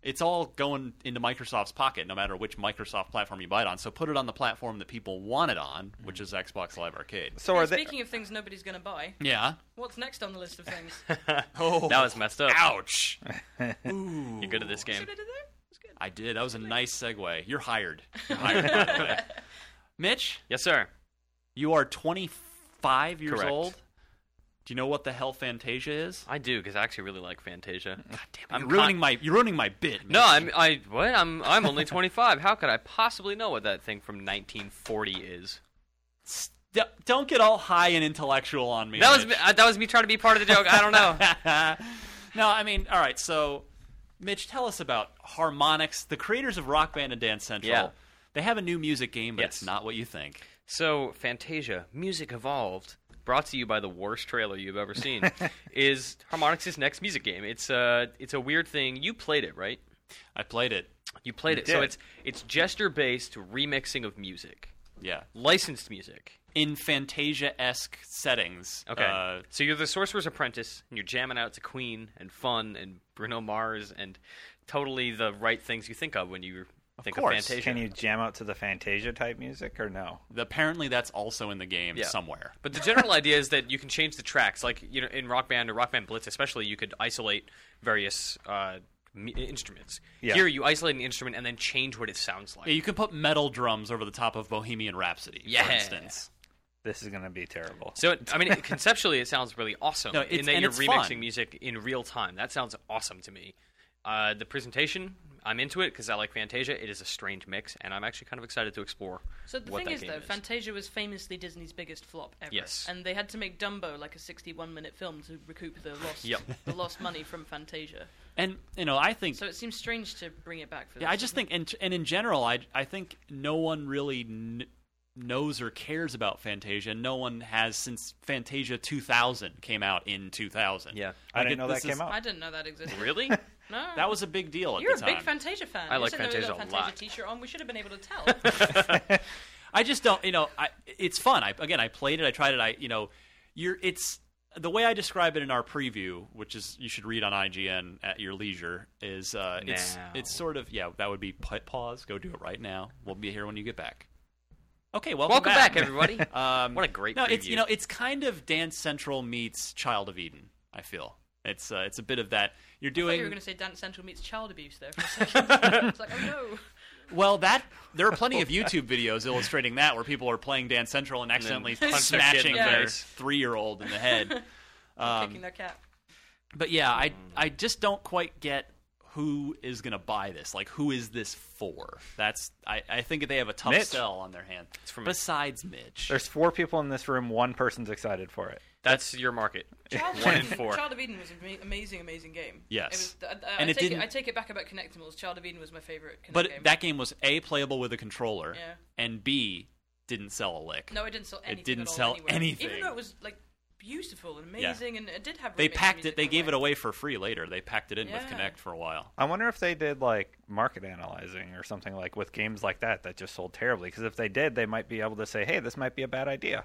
S2: it's all going into Microsoft's pocket, no matter which Microsoft platform you buy it on. So put it on the platform that people want it on, which is Xbox Live Arcade.
S4: so are
S5: And
S4: they?
S5: Speaking of things nobody's going to buy,
S2: Yeah.
S5: what's next on
S3: [LAUGHS]
S5: the list of things?
S2: Oh,
S3: That was messed up.
S2: ouch. Ooh.
S3: You're good at this game.
S5: Should I do that? It's good.
S2: I did. That was a nice segue. You're hired. You're hired, by the
S3: [LAUGHS]
S2: way. Mitch,
S3: Yes, sir.
S2: you are 25 years
S3: Correct.
S2: old. Do you know what the hell Fantasia is?
S3: I do because I actually really like Fantasia.
S2: I'm
S3: I'm
S2: ruining
S3: con-
S2: my you're ruining my bit. Mitch.
S3: No, I'm I what? I'm I'm
S2: [LAUGHS]
S3: only 25. How could I possibly know what that thing from 1940 is?
S2: St- don't get all high and intellectual on me.
S3: That was
S2: Mitch.
S3: me- uh, that was me trying to be part of the joke. I don't know. [LAUGHS]
S2: [LAUGHS] no, I mean, all right. So, Mitch, tell us about Harmonix, the creators of Rock Band and Dance Central.
S3: Yeah.
S2: They have a new music game, but it's
S3: Yes.
S2: not what you think.
S3: So, Fantasia, Music Evolved, brought to you by the worst trailer you've
S2: [LAUGHS]
S3: ever seen, is Harmonix's next music game. It's a it's a weird thing. You played it, right?
S2: I played it.
S3: You played it. So
S4: did.
S3: it's it's gesture based remixing of music,
S2: Yeah.
S3: licensed music.
S2: In Fantasia esque settings.
S3: Okay.
S2: Uh,
S3: so you're the sorcerer's apprentice, and you're jamming out to Queen and Fun and Bruno Mars and totally the right things you think of when you think
S2: course.
S3: of Fantasia.
S4: Can you jam out to the Fantasia type music or no?
S2: apparently, that's also in the game
S3: Yeah.
S2: somewhere.
S3: But the general idea is that you can change the tracks, like you know, in Rock Band or Rock Band Blitz, especially, you could isolate various uh, m- instruments.
S4: Yeah.
S3: Here, you isolate an instrument and then change what it sounds like.
S2: Yeah, you can put metal drums over the top of Bohemian Rhapsody,
S3: Yeah.
S2: for instance.
S4: This is gonna be terrible.
S3: so, it, I mean, it- conceptually, it sounds really awesome.
S2: No, it's-
S3: in that
S2: and
S3: you're
S2: it's
S3: remixing
S2: fun.
S3: music in real time. That sounds awesome to me. Uh, the presentation, I'm into it because I like Fantasia. It is a strange mix, and I'm actually kind of excited to explore.
S5: So the
S3: what
S5: thing
S3: that
S5: is,
S3: game
S5: though, Fantasia was famously Disney's biggest flop ever.
S3: Yes.
S5: And they had to make Dumbo like a 61-minute film to recoup the lost
S3: Yep.
S5: the lost money from Fantasia.
S2: And, you know, I think
S5: So it seems strange to bring it back for.
S2: Yeah,
S5: this,
S2: I just
S5: doesn't
S2: think, and, and in general, I, I think no one really kn- knows or cares about Fantasia. No one has since Fantasia 2000 came out in 2000.
S3: Yeah.
S4: I didn't
S2: it-
S4: know
S2: this
S4: that came
S2: is-
S5: it?
S4: out.
S5: I didn't know that existed.
S3: Really?
S5: [LAUGHS] No.
S2: Oh. That was a big deal at
S5: You're
S2: the
S5: a
S2: time.
S5: big Fantasia fan.
S3: I
S5: You
S3: like
S5: said there was
S3: Fantasia a
S5: Fantasia
S3: lot.
S5: T-shirt on. We should have been able
S2: [LAUGHS]
S5: to tell.
S2: I just don't, you know, I, it's fun. I, again, I played it, I tried it, I, you know, you're, it's, the way I describe it in our preview, which is you should read on IGN at your leisure, is uh, it's
S3: Now.
S2: it's sort of yeah that would be put pause go do it right now. We'll be here when you get back. Okay, welcome,
S3: Welcome back,
S5: [LAUGHS]
S3: everybody.
S2: Um,
S3: What a great
S2: No, it's you
S3: preview.
S2: know it's kind of Dance Central meets Child of Eden. I feel it's uh, it's a bit of that. You're
S5: I thought
S2: doing
S5: you were going to say Dance Central meets child abuse there for
S2: [LAUGHS]
S5: a second. it's like, oh no.
S2: well. That there are plenty
S3: [LAUGHS] Oh.
S2: of YouTube videos illustrating that where people are playing Dance Central and accidentally
S3: punch their kid in
S2: smashing
S5: the
S2: their [LAUGHS]
S3: face.
S2: three year old in the
S3: [LAUGHS]
S2: head. Um,
S5: kicking
S2: [LAUGHS]
S5: their cat.
S2: But yeah,
S3: Hmm.
S2: I I just don't quite get who is going to buy this. Like, who is this for? That's I, I think they have a tough
S4: Mitch.
S2: sell on their hand.
S3: for me.
S2: Besides Mitch,
S4: There's four people in this room. One person's excited for it.
S3: That's your market.
S2: [LAUGHS]
S5: Child of
S3: One in
S5: Eden-
S3: four.
S5: Child of Eden was an ama- amazing, amazing game.
S2: Yes.
S5: It was, I- I,
S2: And
S5: I
S2: it
S5: take
S2: didn't-
S5: I take it back about Connectimals. Child of Eden was my favorite. Kinect
S2: but
S5: game.
S2: that game was a playable with a controller,
S5: Yeah.
S2: and B didn't sell a lick.
S5: No, it didn't sell anything.
S2: didn't
S5: at all
S2: sell
S5: anywhere.
S2: anything.
S5: Even though it was like beautiful and
S2: Yeah.
S5: amazing, and it did have.
S2: They
S5: remix
S2: packed
S5: music
S2: it. They
S5: in a
S2: gave
S5: way.
S2: it away for free later. They packed it in with
S5: Yeah.
S2: Connect for a while.
S4: I wonder if they did like market analyzing or something like with games like that that just sold terribly. Because if they did, they might be able to say, "Hey, this might be a bad idea."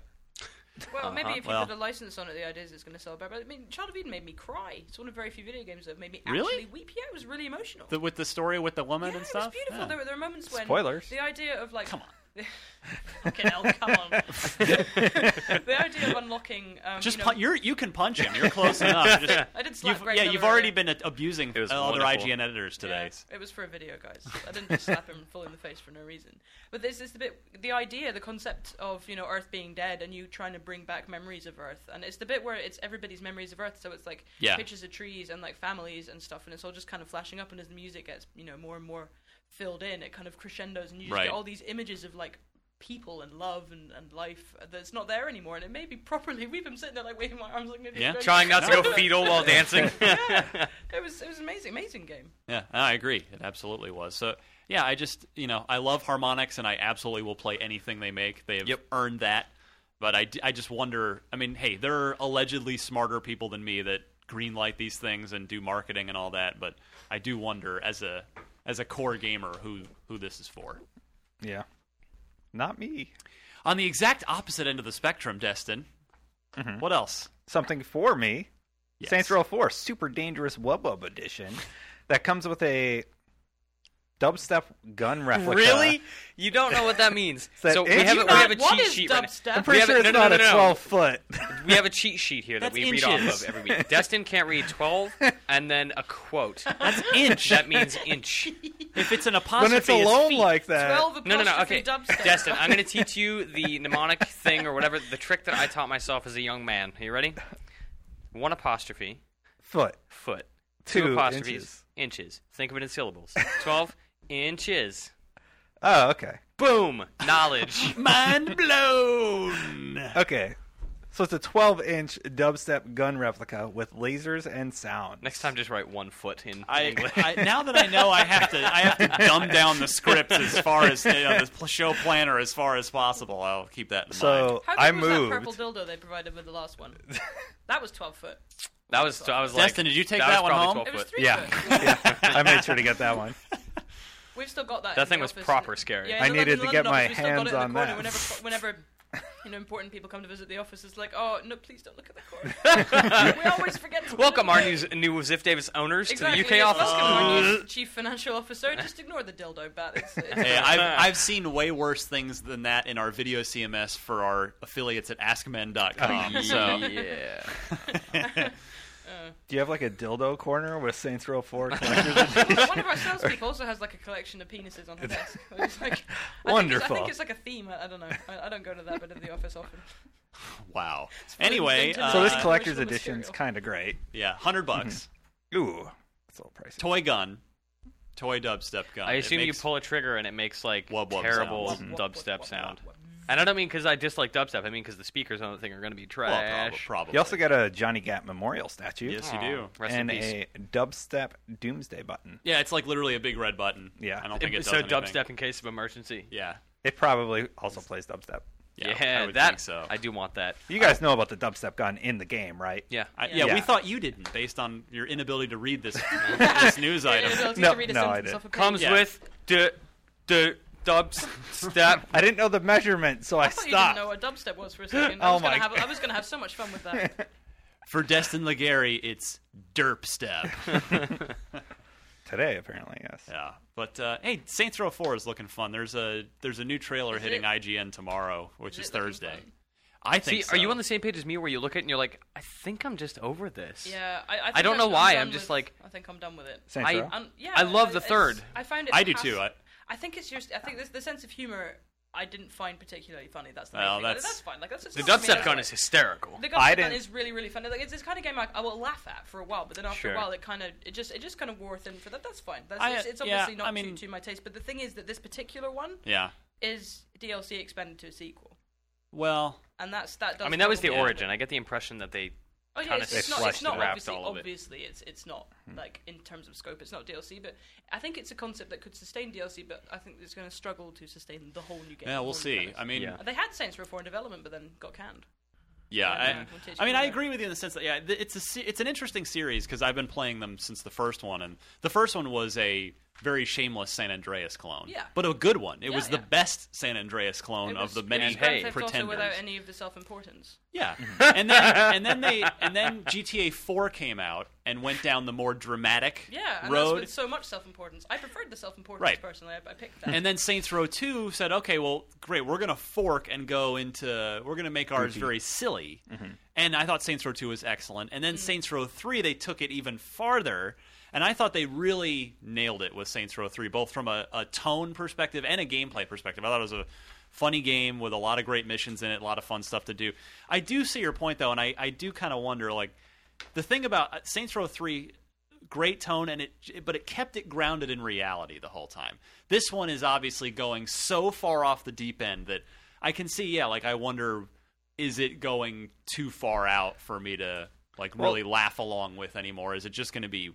S5: Well, maybe
S3: Uh-huh.
S5: if you
S2: Uh, Well-
S5: put a license on it, the idea is it's going to sell better. But I mean, Child of Eden made me cry. It's one of very few video games that have made me
S2: Really?
S5: actually weep. Yeah, it was really emotional.
S2: The, with the story with the woman
S5: yeah,
S2: and stuff.
S5: it was beautiful.
S2: Yeah.
S5: There, were, there were moments when
S4: Spoilers.
S5: the idea of like
S2: Come on.
S5: [LAUGHS] fucking hell,
S2: [LAUGHS]
S5: come on. [LAUGHS] the idea of unlocking. Um,
S2: Just
S5: you know,
S2: pun- you're, you can punch him. You're
S5: [LAUGHS]
S2: close enough. Just-
S5: I did slap
S2: you've,
S5: Greg
S2: yeah,
S5: Miller
S2: you've already
S5: earlier.
S2: been uh, abusing
S3: It was
S2: uh, other
S3: wonderful.
S2: IGN editors today.
S5: Yeah, it was for a video, guys. I didn't just slap him full in the face for no reason. But this is the bit, the idea, the concept of you know Earth being dead and you trying to bring back memories of Earth, and it's the bit where it's everybody's memories of Earth. So it's like
S2: Yeah.
S5: pictures of trees and like families and stuff, and it's all just kind of flashing up. And as the music gets you know more and more filled in, it kind of crescendos, and you just
S2: Right.
S5: get all these images of like people and love and, and life that's not there anymore. And it may be properly. We've been sitting there like waving my arms, looking at
S2: Yeah.
S5: it,
S3: Trying not to go fetal [LAUGHS] while dancing.
S5: It was it was amazing, amazing game.
S2: Yeah, I agree. It absolutely was. So yeah, I just you know I love harmonics and I absolutely will play anything they make. They have
S3: Yep.
S2: earned that. But I, d- I just wonder. I mean, hey, there are allegedly smarter people than me that green light these things and do marketing and all that, but I do wonder as a as a core gamer who who this is for.
S4: Yeah. Not me.
S2: On the exact opposite end of the spectrum, Destin.
S4: Mm-hmm.
S2: What else?
S4: Something for me.
S2: Yes.
S4: Saints Row 4 Super Dangerous Wub Wub Edition that comes with a dubstep gun replica.
S3: Really? You don't know what that
S2: [LAUGHS]
S3: means.
S4: that
S3: so we
S4: it?
S3: have,
S4: You
S3: a, we
S4: not-
S3: have a
S5: what
S3: cheat
S5: is
S3: sheet. right
S5: dubstep?
S3: now.
S5: I'm
S4: Pretty
S3: We have
S4: sure
S3: a-
S4: it's
S3: no, no,
S4: not
S3: no, no,
S4: a
S3: no.
S4: 12 foot.
S3: We have a cheat sheet here that
S2: That's
S3: we read off
S2: inches.
S3: of every week. Destin can't read 12
S5: [LAUGHS]
S3: and then a quote. That's
S2: inch.
S3: That means inch.
S2: If it's an apostrophe,
S4: [LAUGHS] when it's alone
S2: feet.
S4: like that.
S5: Twelve
S3: No, no, no.
S5: apostrophe
S3: Okay,
S5: dubstep.
S3: Destin, I'm going to teach
S5: [LAUGHS]
S3: you the mnemonic thing or whatever the trick that I taught myself as a young man. Are you ready? One apostrophe,
S4: foot.
S3: foot.
S4: Two
S3: apostrophes,
S4: inches.
S3: inches. Think of it in syllables. Twelve inches.
S4: Oh, okay.
S3: Boom.
S2: [LAUGHS]
S3: Knowledge.
S2: Mind blown.
S4: Okay. So it's a 12 inch dubstep gun replica with lasers and sound.
S3: Next time, just write one foot in
S2: I,
S3: English.
S2: [LAUGHS] I now that I know I have to I have to dumb down the script as far as you know, the pl- show planner as far as possible. I'll keep that in mind.
S4: So
S5: How big
S4: I
S5: was that purple
S4: moved.
S5: dildo they provided with the
S3: [LAUGHS]
S5: last one? that was twelve foot.
S3: that was. I was
S2: Destin,
S3: like,
S2: did you take
S3: that,
S2: that
S3: was
S2: one
S3: probably
S2: home?
S3: 12
S5: It was
S3: foot.
S5: three
S4: Yeah.
S5: foot.
S3: [LAUGHS]
S4: yeah. [LAUGHS] I made sure to get that one.
S5: We've still got that.
S3: That
S5: in
S3: thing
S5: the
S3: was
S5: office.
S3: proper scary.
S5: Yeah,
S4: I
S5: in the
S4: needed
S5: London
S4: to get my
S5: office, we still got it in
S4: hands
S5: the
S4: on
S5: corner
S4: that.
S5: Whenever, whenever you know, important people come to visit the office, it's like, oh no, please don't look at
S3: [LAUGHS]
S5: the corner. we always forget. To
S3: Welcome,
S5: look
S3: our
S5: at it.
S3: new, new Ziff Davis owners
S5: Exactly.
S3: to the UK
S5: yes,
S3: office.
S5: Welcome, our new [LAUGHS] chief financial officer. Just ignore the dildo bat. It's,
S3: [LAUGHS]
S5: it's
S2: Hey, I've, I've seen way worse things than that in our video CMS for our affiliates at
S3: Oh,
S2: AskMen.com. so
S5: [LAUGHS]
S3: yeah.
S4: Do you have like a dildo corner with Saints Row 4 collectors?
S5: One of our salespeople also has like a collection of penises on
S3: [LAUGHS]
S5: her desk. It's like, I think it's- I
S4: Wonderful.
S5: think it's like a theme. I, I don't know. I, I don't go to that bit of the office often.
S2: [LAUGHS] wow.
S5: really
S2: Anyway,
S5: inventive.
S2: uh,
S4: so this
S5: Uh,
S4: collector's
S5: original
S4: edition's
S5: material.
S4: kind of great.
S2: yeah, hundred bucks,
S4: Ooh, that's a little pricey.
S2: toy gun, toy dubstep gun.
S3: I
S2: It
S3: assume
S2: makes-
S3: you pull a trigger and it makes like
S2: Wub wub
S3: terrible
S2: sounds.
S5: Wub wub wub
S3: dubstep
S5: wub
S3: sound.
S5: wub wub.
S3: And I don't mean because I dislike dubstep. I mean because the speakers on the thing are going to be
S2: well, prob-
S3: trash.
S2: probably.
S4: You also got a Johnny Gap memorial statue.
S2: Yes, you
S3: Aw,
S2: do.
S3: Rest
S4: and
S3: in peace.
S4: a dubstep doomsday button.
S2: Yeah, it's like literally a big red button.
S4: Yeah.
S2: I don't
S3: It-
S2: think it does
S3: so
S2: anything.
S3: dubstep in case of emergency.
S2: Yeah,
S4: It probably also plays dubstep.
S2: yeah, I would
S3: that
S2: think so.
S3: I do want that.
S4: You guys know about the dubstep gun in the game, right?
S3: Yeah,
S2: I, yeah, we
S4: Yeah.
S2: thought you didn't, based on your inability to read
S5: [LAUGHS]
S2: this this news
S5: Yeah, yeah,
S2: item.
S5: it's
S4: No,
S5: to read a
S4: no, I
S5: sentence
S4: didn't.
S5: off a page.
S3: comes
S2: Yeah.
S3: with the the dubstep.
S4: I didn't know the measurement, so I,
S5: I thought you
S4: stopped.
S5: didn't know what dubstep was for a second.
S4: Oh
S5: I was
S4: my
S5: gonna have I was gonna have so much fun with that.
S2: For Destin Legary, it's derp
S5: [LAUGHS]
S2: step.
S4: Today, apparently, yes.
S2: yeah, but uh, hey, Saints Row Four is looking fun. There's a there's a new trailer
S5: Is
S2: hitting
S5: it-
S2: IGN tomorrow, which is,
S5: it looking
S2: Thursday.
S5: fun?
S2: I think.
S3: See, are you
S2: so.
S3: on the same page as me where you look at it and you're like, I think I'm just over this.
S5: Yeah, I, I, think
S3: don't
S5: I'm-
S3: know why,
S5: done
S3: I'm just
S5: with-
S3: like-
S5: I think I'm done with it.
S4: Saints
S3: I-
S4: Row.
S5: Um, yeah,
S3: I love the
S5: it's-
S3: third.
S5: I find it.
S2: I do
S5: past-
S2: too. I,
S5: I think it's just. I think this, the sense of humor I didn't find particularly funny. That's the main
S2: Well,
S5: thing.
S2: that's-
S5: fine. Like that's just
S3: The
S5: not
S3: dubstep
S5: for me, that's
S3: gun
S5: fine.
S3: is hysterical.
S5: The
S4: I
S5: dubstep gun
S4: didn't-
S5: is really really funny. Like it's this kind of game I, I will laugh at for a while, but then after
S3: Sure.
S5: a while it kind of it just it just kind of wore thin for that. That's fine. That's,
S2: I-
S5: it's, it's
S2: yeah,
S5: obviously
S2: I
S5: not
S2: mean-
S5: to, to my taste. But the thing is that this particular one
S2: yeah.
S5: is DLC expanded to a sequel,
S2: Well,
S5: and that's that. Does
S3: I mean, that was the
S5: trouble me.
S3: origin. I get the impression that they
S5: Oh yeah,
S3: kinda
S5: it's, it's
S4: they
S5: not.
S4: fleshed
S5: It's not
S4: it out.
S5: obviously.
S3: all of it. Hmm.
S5: Obviously, it's it's not like in terms of scope, it's not DLC. But I think it's a concept that could sustain DLC. But I think it's going to struggle to sustain the whole new game.
S2: yeah,
S5: the
S2: we'll
S5: whole new
S2: see.
S5: premise.
S2: I mean,
S3: Yeah.
S5: they had Saints Row 4 in development, but then got canned.
S2: Yeah,
S5: Yeah,
S2: I,
S5: yeah, we'll teach
S2: I mean,
S5: you
S2: I
S5: that.
S2: agree with you in the sense that yeah, th- it's a se- it's an interesting series because I've been playing them since the first one, and the first one was a very shameless San Andreas clone,
S5: Yeah.
S2: but a good one. It
S5: Yeah,
S2: was the
S5: yeah.
S2: best San Andreas clone
S5: It
S2: of
S5: was-
S2: the
S5: it
S2: many
S5: was Grand
S3: hey,
S5: Theft Auto
S2: pretenders.
S5: without any of the self-importance. [LAUGHS]
S2: yeah, [LAUGHS] and then and then they and then GTA Four came out and went down the more dramatic
S5: Yeah, and that's
S2: road.
S5: with so much self-importance. I preferred the self-importance
S2: Right.
S5: personally. I, I picked that.
S2: [LAUGHS] and then Saints Row 2 said, okay, well, great, we're going to fork and go into, we're going to make ours very silly. And I thought Saints Row 2 was excellent. And then Saints Row 3, they took it even farther. And I thought they really nailed it with Saints Row 3, both from a, a tone perspective and a gameplay perspective. I thought it was a funny game with a lot of great missions in it, a lot of fun stuff to do. I do see your point, though, and I, I do kind of wonder, like, the thing about uh, Saints Row 3 great tone and it but it kept it grounded in reality the whole time. This one is obviously going so far off the deep end that I can see yeah like I wonder is it going too far out for me to like really laugh along with anymore? Is it just going to be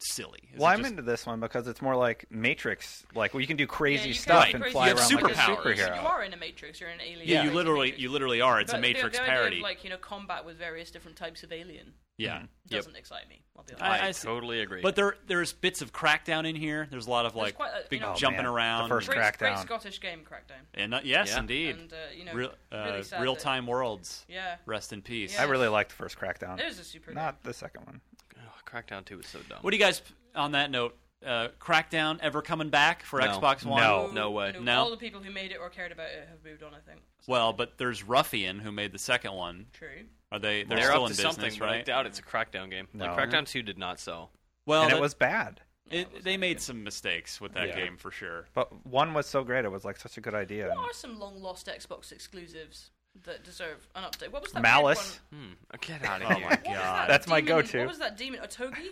S2: silly. Is
S4: Well,
S2: it
S4: I'm
S2: just-
S4: into this one because it's more like Matrix, like where you can do crazy
S5: Yeah, you
S4: stuff
S5: can
S4: and
S5: crazy
S4: fly
S2: You have
S4: around like a
S2: superpowers.
S5: because
S4: superhero.
S5: You are in a Matrix. You're an alien.
S2: yeah, you
S5: Matrix,
S2: literally
S5: Matrix.
S2: you literally are. It's
S5: But
S2: a
S5: the-
S2: Matrix
S5: the, idea
S2: parody.
S5: Of, like you know, combat with various different types of alien
S2: yeah.
S4: Mm-hmm.
S5: doesn't excite me. I'll be honest.
S2: I-
S3: I,
S2: I see.
S3: totally agree.
S2: But there there's bits of Crackdown in here. There's a lot of like
S5: quite a- you
S2: big
S5: know- Oh,
S2: jumping
S4: man. The
S2: around.
S4: first
S2: and,
S5: great, great
S4: Crackdown.
S5: Scottish game, Crackdown.
S2: and, uh, yes,
S3: Yeah.
S2: indeed.
S5: And uh, you know,
S2: Real, uh,
S5: really sad
S2: real
S5: that-
S2: time worlds.
S5: Yeah,
S2: Rest in peace.
S5: Yeah.
S4: I really liked the first Crackdown,
S5: it is a super.
S4: not the second one.
S3: Ugh, Oh, Crackdown Two is so dumb.
S2: What do you guys on that note? Uh, Crackdown ever coming back for
S3: No.
S2: Xbox One?
S3: No.
S5: game.
S3: no way.
S2: Oh, No.
S5: All the people who made it or cared about it have moved on. I think.
S2: Well, but there's Ruffian who made the second one.
S5: True.
S2: Are they? They're,
S3: They're,
S2: still
S3: up
S2: in
S3: to
S2: business,
S3: something, but I
S2: right?
S3: doubt it's a Crackdown game.
S4: No.
S3: Like Crackdown Two did not sell.
S2: Well,
S4: and
S2: that-
S4: it was bad,
S2: it- they made some mistakes with that
S4: Yeah.
S2: game for sure.
S4: but one was so great; it was like such a good idea.
S5: What are some long lost Xbox exclusives that deserve an update? What was that? weird
S4: Malice.
S5: one-
S3: Hmm. Get out
S2: Oh
S3: of
S2: my
S3: here.
S5: What was that
S2: god.
S4: That's my
S5: demon-
S4: go-to.
S5: What was that demon? A togi?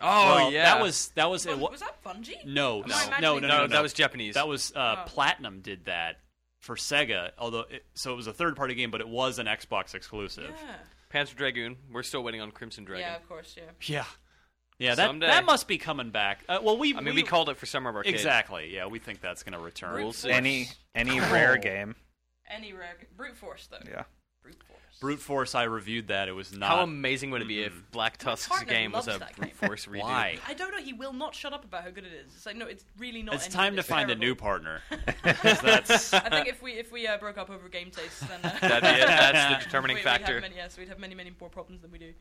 S3: Oh
S2: Well,
S3: yeah,
S2: that was that was it.
S5: Was,
S2: wa-
S5: was that Bungie?
S2: No, no, no,
S5: Am I imagining
S2: no, no,
S5: that?
S3: no,
S2: no,
S3: that was Japanese.
S2: That was uh,
S5: Oh.
S2: Platinum did that for Sega. Although, it, so it was a third-party game, but it was an Xbox exclusive.
S5: Yeah.
S3: Panzer Dragoon. We're still waiting on Crimson Dragon.
S5: Yeah, of course. Yeah.
S2: Yeah, yeah. That
S3: Someday.
S2: that must be coming back. Uh, well, we
S3: I mean, we, called it for Summer of Arcade.
S2: exactly. Yeah, we think that's going to return.
S3: We'll see.
S4: Any any rare game,
S5: Any rare brute force though.
S4: yeah.
S5: Brute force.
S2: Brute Force. I revied that. It was not.
S3: How amazing would it be if Black Tusk's
S5: partner
S3: game was
S5: loves
S3: a
S5: that
S3: brute
S5: game.
S3: force redo?
S2: Why?
S5: I don't know. He will not shut up about how good it is. It's like no, it's really not.
S2: It's
S5: any-
S2: time to find a
S5: terrible.
S2: new partner.
S5: [LAUGHS]
S2: 'Cause that's
S5: I think if we if we uh, broke up over game tastes, then
S2: [LAUGHS]
S5: uh,
S3: That'd [LAUGHS] be it. That's the
S5: we,
S3: determining
S5: we'd
S3: factor.
S5: Have many, yes, we'd have many many more problems than we do.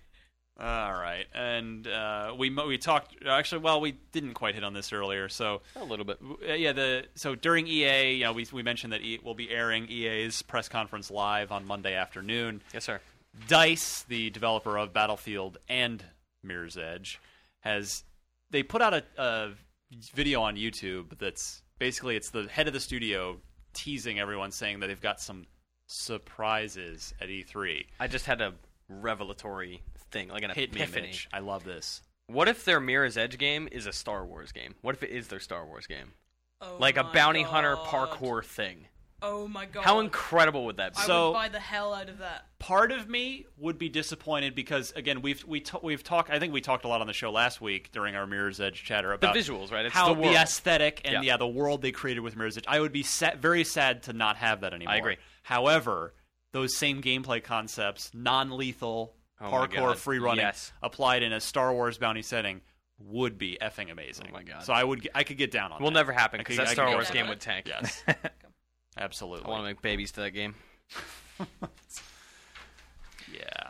S2: all right. And uh, we mo- we talked actually. Well, we didn't quite hit on this earlier. So
S3: a little bit.
S2: w- uh, yeah, the so during EA, you know, we we mentioned that e, we'll be airing EA's press conference live on Monday afternoon.
S3: Yes, sir.
S2: Dice, the developer of Battlefield and Mirror's Edge, has they put out a, a video on YouTube that's basically it's the head of the studio teasing everyone, saying that they've got some surprises at E E3.
S3: I just had a revelatory thing, like an
S2: Hit me,
S3: epiphany.
S2: Mitch. I love this.
S3: What if their Mirror's Edge game is a Star Wars game? What if it is their Star Wars game,
S5: Oh
S3: like a
S5: my
S3: bounty
S5: God.
S3: hunter parkour thing?
S5: Oh my god!
S3: How incredible would that be?
S5: I
S2: So-
S5: would buy the hell out of that.
S2: Part of me would be disappointed because again we've we t- we've talked I think we talked a lot on the show last week during our Mirror's Edge chatter about
S3: visuals, right? It's
S2: how
S3: the world.
S2: aesthetic and yeah.
S3: Yeah.
S2: the world they created with Mirror's Edge. I would be sa- very sad to not have that anymore.
S3: agree.
S2: However, those same gameplay concepts, non-lethal
S3: Oh my
S2: parkour
S3: God,
S2: free running
S3: yes.
S2: applied in a Star Wars bounty setting would be effing amazing.
S3: Oh my God.
S2: So I would g- I could get down on
S3: Will
S2: that.
S3: never happen
S2: I
S3: because
S2: could-
S3: that
S2: I
S3: Star
S2: could
S3: Wars
S2: get
S3: game
S2: down.
S3: would tank. [LAUGHS]
S2: Yes. Absolutely.
S3: I want to make babies to that game.
S2: Yeah.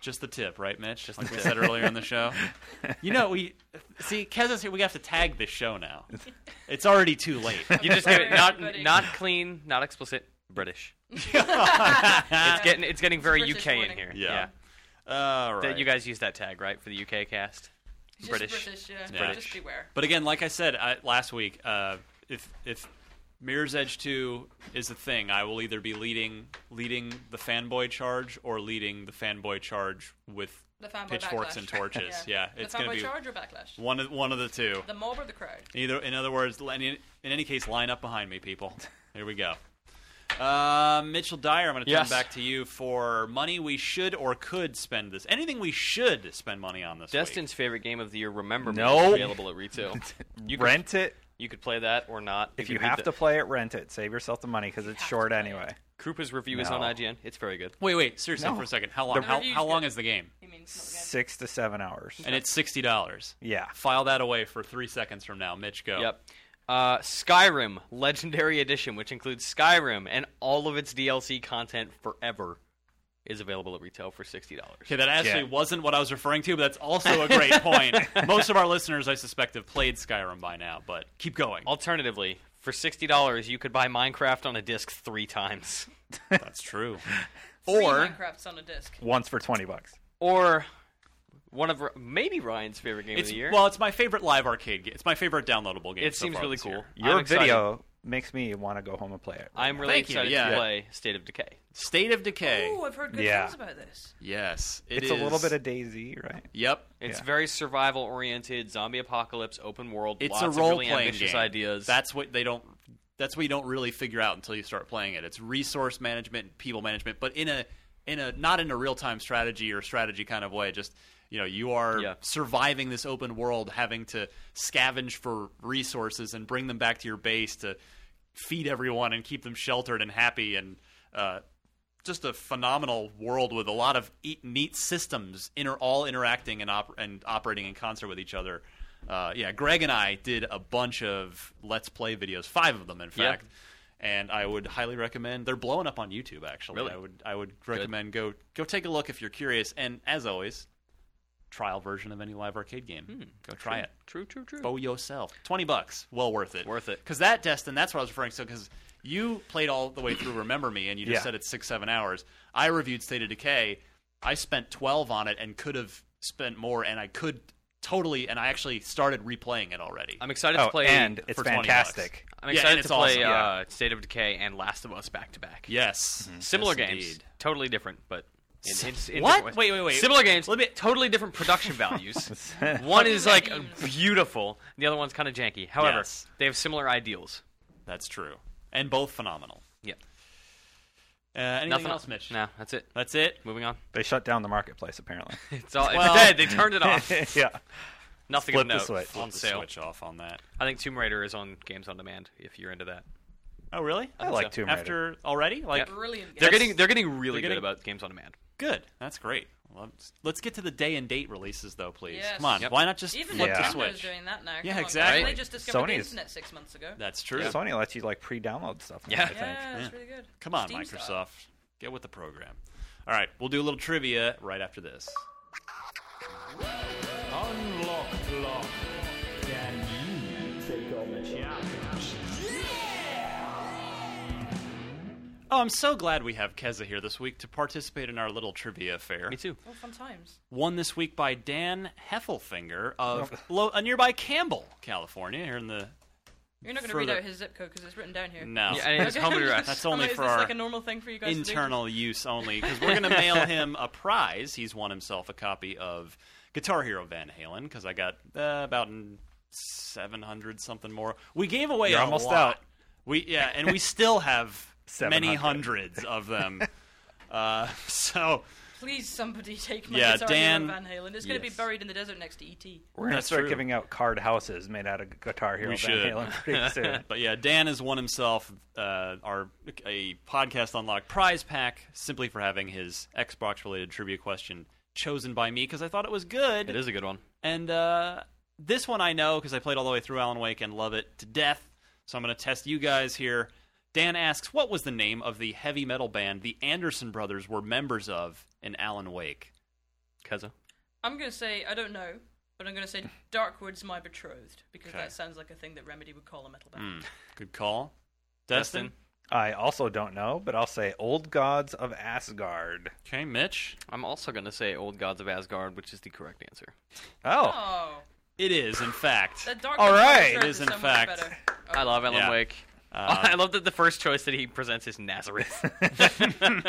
S2: Just the tip, right, Mitch? Just like we said earlier in the show.
S3: [LAUGHS]
S2: You know, we see Keza's here. We have to tag this show now. It's already too
S3: [LAUGHS]
S2: late.
S3: [LAUGHS]
S2: [LAUGHS]
S3: You just
S5: [LAUGHS]
S3: give it not
S5: Everybody.
S3: not clean, not explicit, British. it's getting it's getting very
S5: Uh, British
S3: UK
S5: warning.
S3: in here.
S2: Yeah. All right.
S3: That you guys use that tag right for the UK cast.
S5: Just
S3: British.
S5: British, yeah.
S2: British.
S5: Just beware.
S2: But again, like I said I, last week, uh, if if Mirror's Edge Two is a thing, I will either be leading leading the fanboy charge or leading the fanboy charge with
S5: The fanboy
S2: pitchforks
S5: backlash.
S2: and torches. Yeah, it's
S5: the
S2: going
S5: fanboy
S2: to be
S5: charge or backlash.
S2: one of one of the two.
S5: The mob or the crowd.
S2: Either, in other words, li- in in any case, line up behind me, people. Here we go. Uh, Mitchell Dyer, I'm going to turn
S3: Yes.
S2: back to you for money we should or could spend this. Anything we should spend money on this week.
S3: Destin's favorite game of the year, Remember Me,
S4: No.
S3: is available at
S4: [LAUGHS]
S3: retail. You could,
S4: rent it
S3: you could play that or not.
S4: if
S3: could
S4: you
S3: read
S4: have
S3: the-
S4: to play it. Rent it. Save yourself the money because it's
S5: have
S4: short
S5: to play
S4: anyway.
S3: Krupa's review is
S4: No.
S3: on IGN. It's very good.
S2: Wait, wait, seriously
S4: No.
S2: for a second. How long?
S4: The
S2: How,
S5: review's
S2: how long
S5: good.
S2: is the game?
S5: You mean it's not
S4: Six to seven hours.
S2: And it's sixty dollars.
S4: Yeah.
S2: File that away for three seconds from now, Mitch. Go.
S3: Yep. Uh, Skyrim Legendary Edition, which includes Skyrim and all of its DLC content forever, is available at retail for sixty dollars.
S2: Okay, that actually
S4: Yeah.
S2: wasn't what I was referring to, but that's also a
S3: [LAUGHS]
S2: great point. Most of our listeners, I suspect, have played Skyrim by now, but keep going.
S4: Oh,
S3: Alternatively, for sixty dollars, you could buy Minecraft on a disc three times,
S2: That's
S3: [LAUGHS]
S2: true.
S5: good.
S2: or
S5: Three Minecrafts on a disc.
S4: Once for twenty bucks.
S3: or one of R- maybe Ryan's favorite game
S2: It's,
S3: of the year.
S2: well, it's my favorite live arcade game. It's my favorite downloadable game.
S3: it
S2: so
S3: seems
S2: far
S3: really
S2: this
S3: cool.
S2: year.
S4: Your
S3: I'm excited.
S4: video makes me want to go home and play it.
S3: I'm really
S2: Thank you,
S3: excited
S2: yeah.
S3: to play State of Decay.
S2: State of Decay.
S5: Oh, I've heard good
S4: Yeah.
S5: things about this.
S2: yes, it
S4: it's a little
S2: is-
S4: bit of Daisy, right?
S2: Yep.
S3: It's
S4: Yeah.
S3: very survival oriented, zombie apocalypse, open world.
S2: It's
S3: lots
S2: a role
S3: of really
S2: playing
S3: ambitious
S2: game.
S3: ideas.
S2: That's what they don't. That's what you don't really figure out until you start playing it. It's resource management, people management, but in a in a not in a real time strategy or strategy kind of way. Just you know, you are
S3: Yeah.
S2: surviving this open world, having to scavenge for resources and bring them back to your base to feed everyone and keep them sheltered and happy and uh, just a phenomenal world with a lot of eat, neat systems inter- all interacting and, op- and operating in concert with each other. Uh, yeah, Greg and I did a bunch of Let's Play videos, five of them, in
S3: Yeah.
S2: fact. And I would highly recommend. They're blowing up on YouTube, actually.
S3: Really?
S2: I would I would recommend go go take a look if you're curious. And as always, trial version of any live arcade game. go try it.
S3: Hmm, True, true, true.
S2: Bow yourself. Twenty bucks, well worth it.
S3: Worth it.
S2: Because that, Destin, that's what I was referring to. Because you played all the way through Remember Me, and you just
S4: Yeah.
S2: said it's six, seven hours. I reviewed State of Decay. I spent twelve on it, and could have spent more, and I could totally. And I actually started replaying it already.
S3: I'm excited
S4: Oh,
S3: to play.
S4: and it's
S2: for 20 bucks.
S4: fantastic.
S3: I'm
S2: Yeah,
S3: excited
S2: and it's
S3: to play
S2: awesome. Yeah.
S3: uh, State of Decay and Last of Us back to back.
S2: yes,
S3: Similar
S2: Yes,
S3: games,
S2: indeed.
S3: totally different, but. In, in, in
S2: What?
S3: different ways.
S2: Wait, wait, wait.
S3: Similar games, let me, totally different production
S4: [LAUGHS]
S3: values. [LAUGHS] One is like beautiful, and the other one's kind of janky. However,
S2: Yes.
S3: they have similar ideals.
S2: That's true, and both phenomenal.
S3: Yeah.
S2: Uh, anything
S3: Nothing
S2: else, Mitch?
S3: No, that's it.
S2: That's it.
S3: Moving on.
S4: They shut down the marketplace apparently.
S3: [LAUGHS] It's all
S2: Well-
S3: it's dead. They turned it off.
S4: [LAUGHS] yeah.
S3: Nothing
S4: Flip
S3: of
S4: the
S3: note
S4: switch.
S3: on
S2: The
S3: sale.
S2: Switch off on that.
S3: I think Tomb Raider is on Games on Demand. If you're into that,
S2: Oh, really?
S4: I like Tomb Raider.
S2: After already, like
S3: Yeah.
S5: Brilliant.
S3: they're
S5: game.
S3: getting they're getting really
S2: they're getting-
S3: good about Games on Demand.
S2: Good. That's great. Let's, let's get to the day and date releases, though, please.
S5: Yes.
S2: Come on.
S5: Yep.
S2: Why not just
S5: Even
S2: flip
S4: Yeah.
S2: the
S5: Nintendo's
S2: switch?
S5: doing that now.
S2: Yeah,
S5: Come on, guys.
S2: exactly.
S5: They just discovered the
S4: Sony's-
S5: internet six months ago.
S2: That's true.
S4: Sony lets you like pre-download stuff. Now,
S3: Yeah.
S4: I think.
S5: yeah,
S2: Yeah.
S5: that's really good.
S2: Come on,
S5: Steam
S2: Microsoft.
S5: style.
S2: Get with the program. All right, we'll do a little trivia right after this.
S6: Unlock lock. Can you take on the challenge?
S2: Oh, I'm so glad we have Keza here this week to participate in our little trivia affair.
S3: Me too.
S5: Oh, fun times.
S2: Won this week by Dan Heffelfinger of lo- a nearby Campbell, California, here in the.
S5: You're not going to read
S2: Further-
S5: out his zip code because it's written down here.
S2: No.
S3: Yeah, and his home address.
S5: [LAUGHS]
S2: That's
S5: I'm
S2: only
S5: like, is
S2: for
S5: this
S2: our
S5: like a normal thing for you guys. to do?
S2: internal use only because we're going to mail him a prize. He's won himself a copy of Guitar Hero Van Halen because I got uh, about seven hundred something more. We gave away
S4: You're
S2: a
S4: almost
S2: lot.
S4: out.
S2: We yeah, and we still have many
S4: 700.
S2: hundreds of them. uh, [LAUGHS] so
S5: Please, somebody [LAUGHS] take my
S2: Yeah,
S5: guitar
S2: Dan-
S5: Dan, Van Halen. It's going to
S2: Yes.
S5: be buried in the desert next to E ET.
S4: We're gonna
S2: That's
S4: start
S2: true.
S4: giving out card houses made out of Guitar Hero
S2: We
S4: Van
S2: should.
S4: Halen pretty soon.
S2: But yeah, Dan has won himself uh, our a podcast unlocked prize pack simply for having his Xbox related trivia question chosen by me because I thought it was good.
S3: It is a good one.
S2: And uh, this one I know because I played all the way through Alan Wake and love it to death. So I'm going to test you guys here. Dan asks, what was the name of the heavy metal band the Anderson brothers were members of in Alan Wake?
S3: Keza.
S5: I'm going to say I don't know, but I'm going to say Darkwood's my betrothed because
S2: Okay. Hmm.
S5: that sounds like a thing that Remedy would call a metal band.
S2: Good call. Destin?
S3: Destin.
S4: I also don't know, but I'll say Old Gods of Asgard.
S2: Okay, Mitch?
S3: I'm also gonna say Old Gods of Asgard, which is the correct answer.
S4: Oh,
S5: Oh,
S2: It is, in fact.
S5: that Darkwood's
S4: All
S5: my
S4: right.
S5: betrothed
S2: It is, in
S5: so much
S2: fact.
S5: better.
S3: I love Alan
S2: Yeah. Um,
S3: Wake. [LAUGHS] [LAUGHS]
S2: Uh,
S3: I love that the first choice that he presents is Nazareth. [LAUGHS]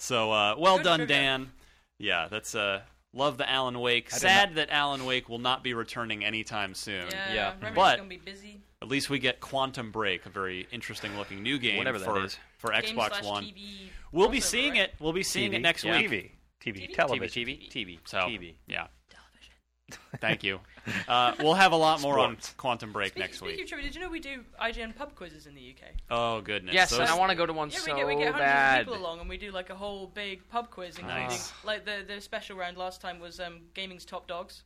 S2: So uh, well
S5: Good
S2: done,
S5: trivia.
S2: Dan. Yeah, that's uh, love the Alan Wake.
S4: did
S2: Sad that Alan Wake will not be returning anytime soon.
S5: Yeah,
S3: Yeah.
S5: Remedy's
S2: um, But-
S5: going to be busy.
S2: At least we get Quantum Break, a very interesting looking new game
S3: Whatever that
S2: for
S3: is.
S2: for
S5: Game
S2: Xbox
S5: slash
S2: One.
S5: TV
S2: We'll be
S5: crossover,
S2: seeing
S5: right?
S2: it. We'll be seeing it
S4: TV.
S2: next
S4: TV.
S2: week.
S4: TV,
S5: TV.
S4: television.
S3: TV, TV,
S2: So,
S3: TV.
S2: yeah.
S5: Television.
S2: Thank
S3: [LAUGHS]
S2: you. Uh, we'll have a lot more on
S4: Sports.
S2: Quantum Break
S5: Speaking,
S2: next
S5: speaking
S2: week.
S5: of trivia, did you know we do IGN pub quizzes in the UK?
S2: Oh goodness.
S3: Yes,
S2: Those-
S3: and I want to go to one
S5: Yeah,
S3: so
S5: we get we get hundreds
S3: bad.
S5: of people along, and we do like a whole big pub quiz, including
S2: Nice.
S5: like the the special round last time was um, gaming's top dogs.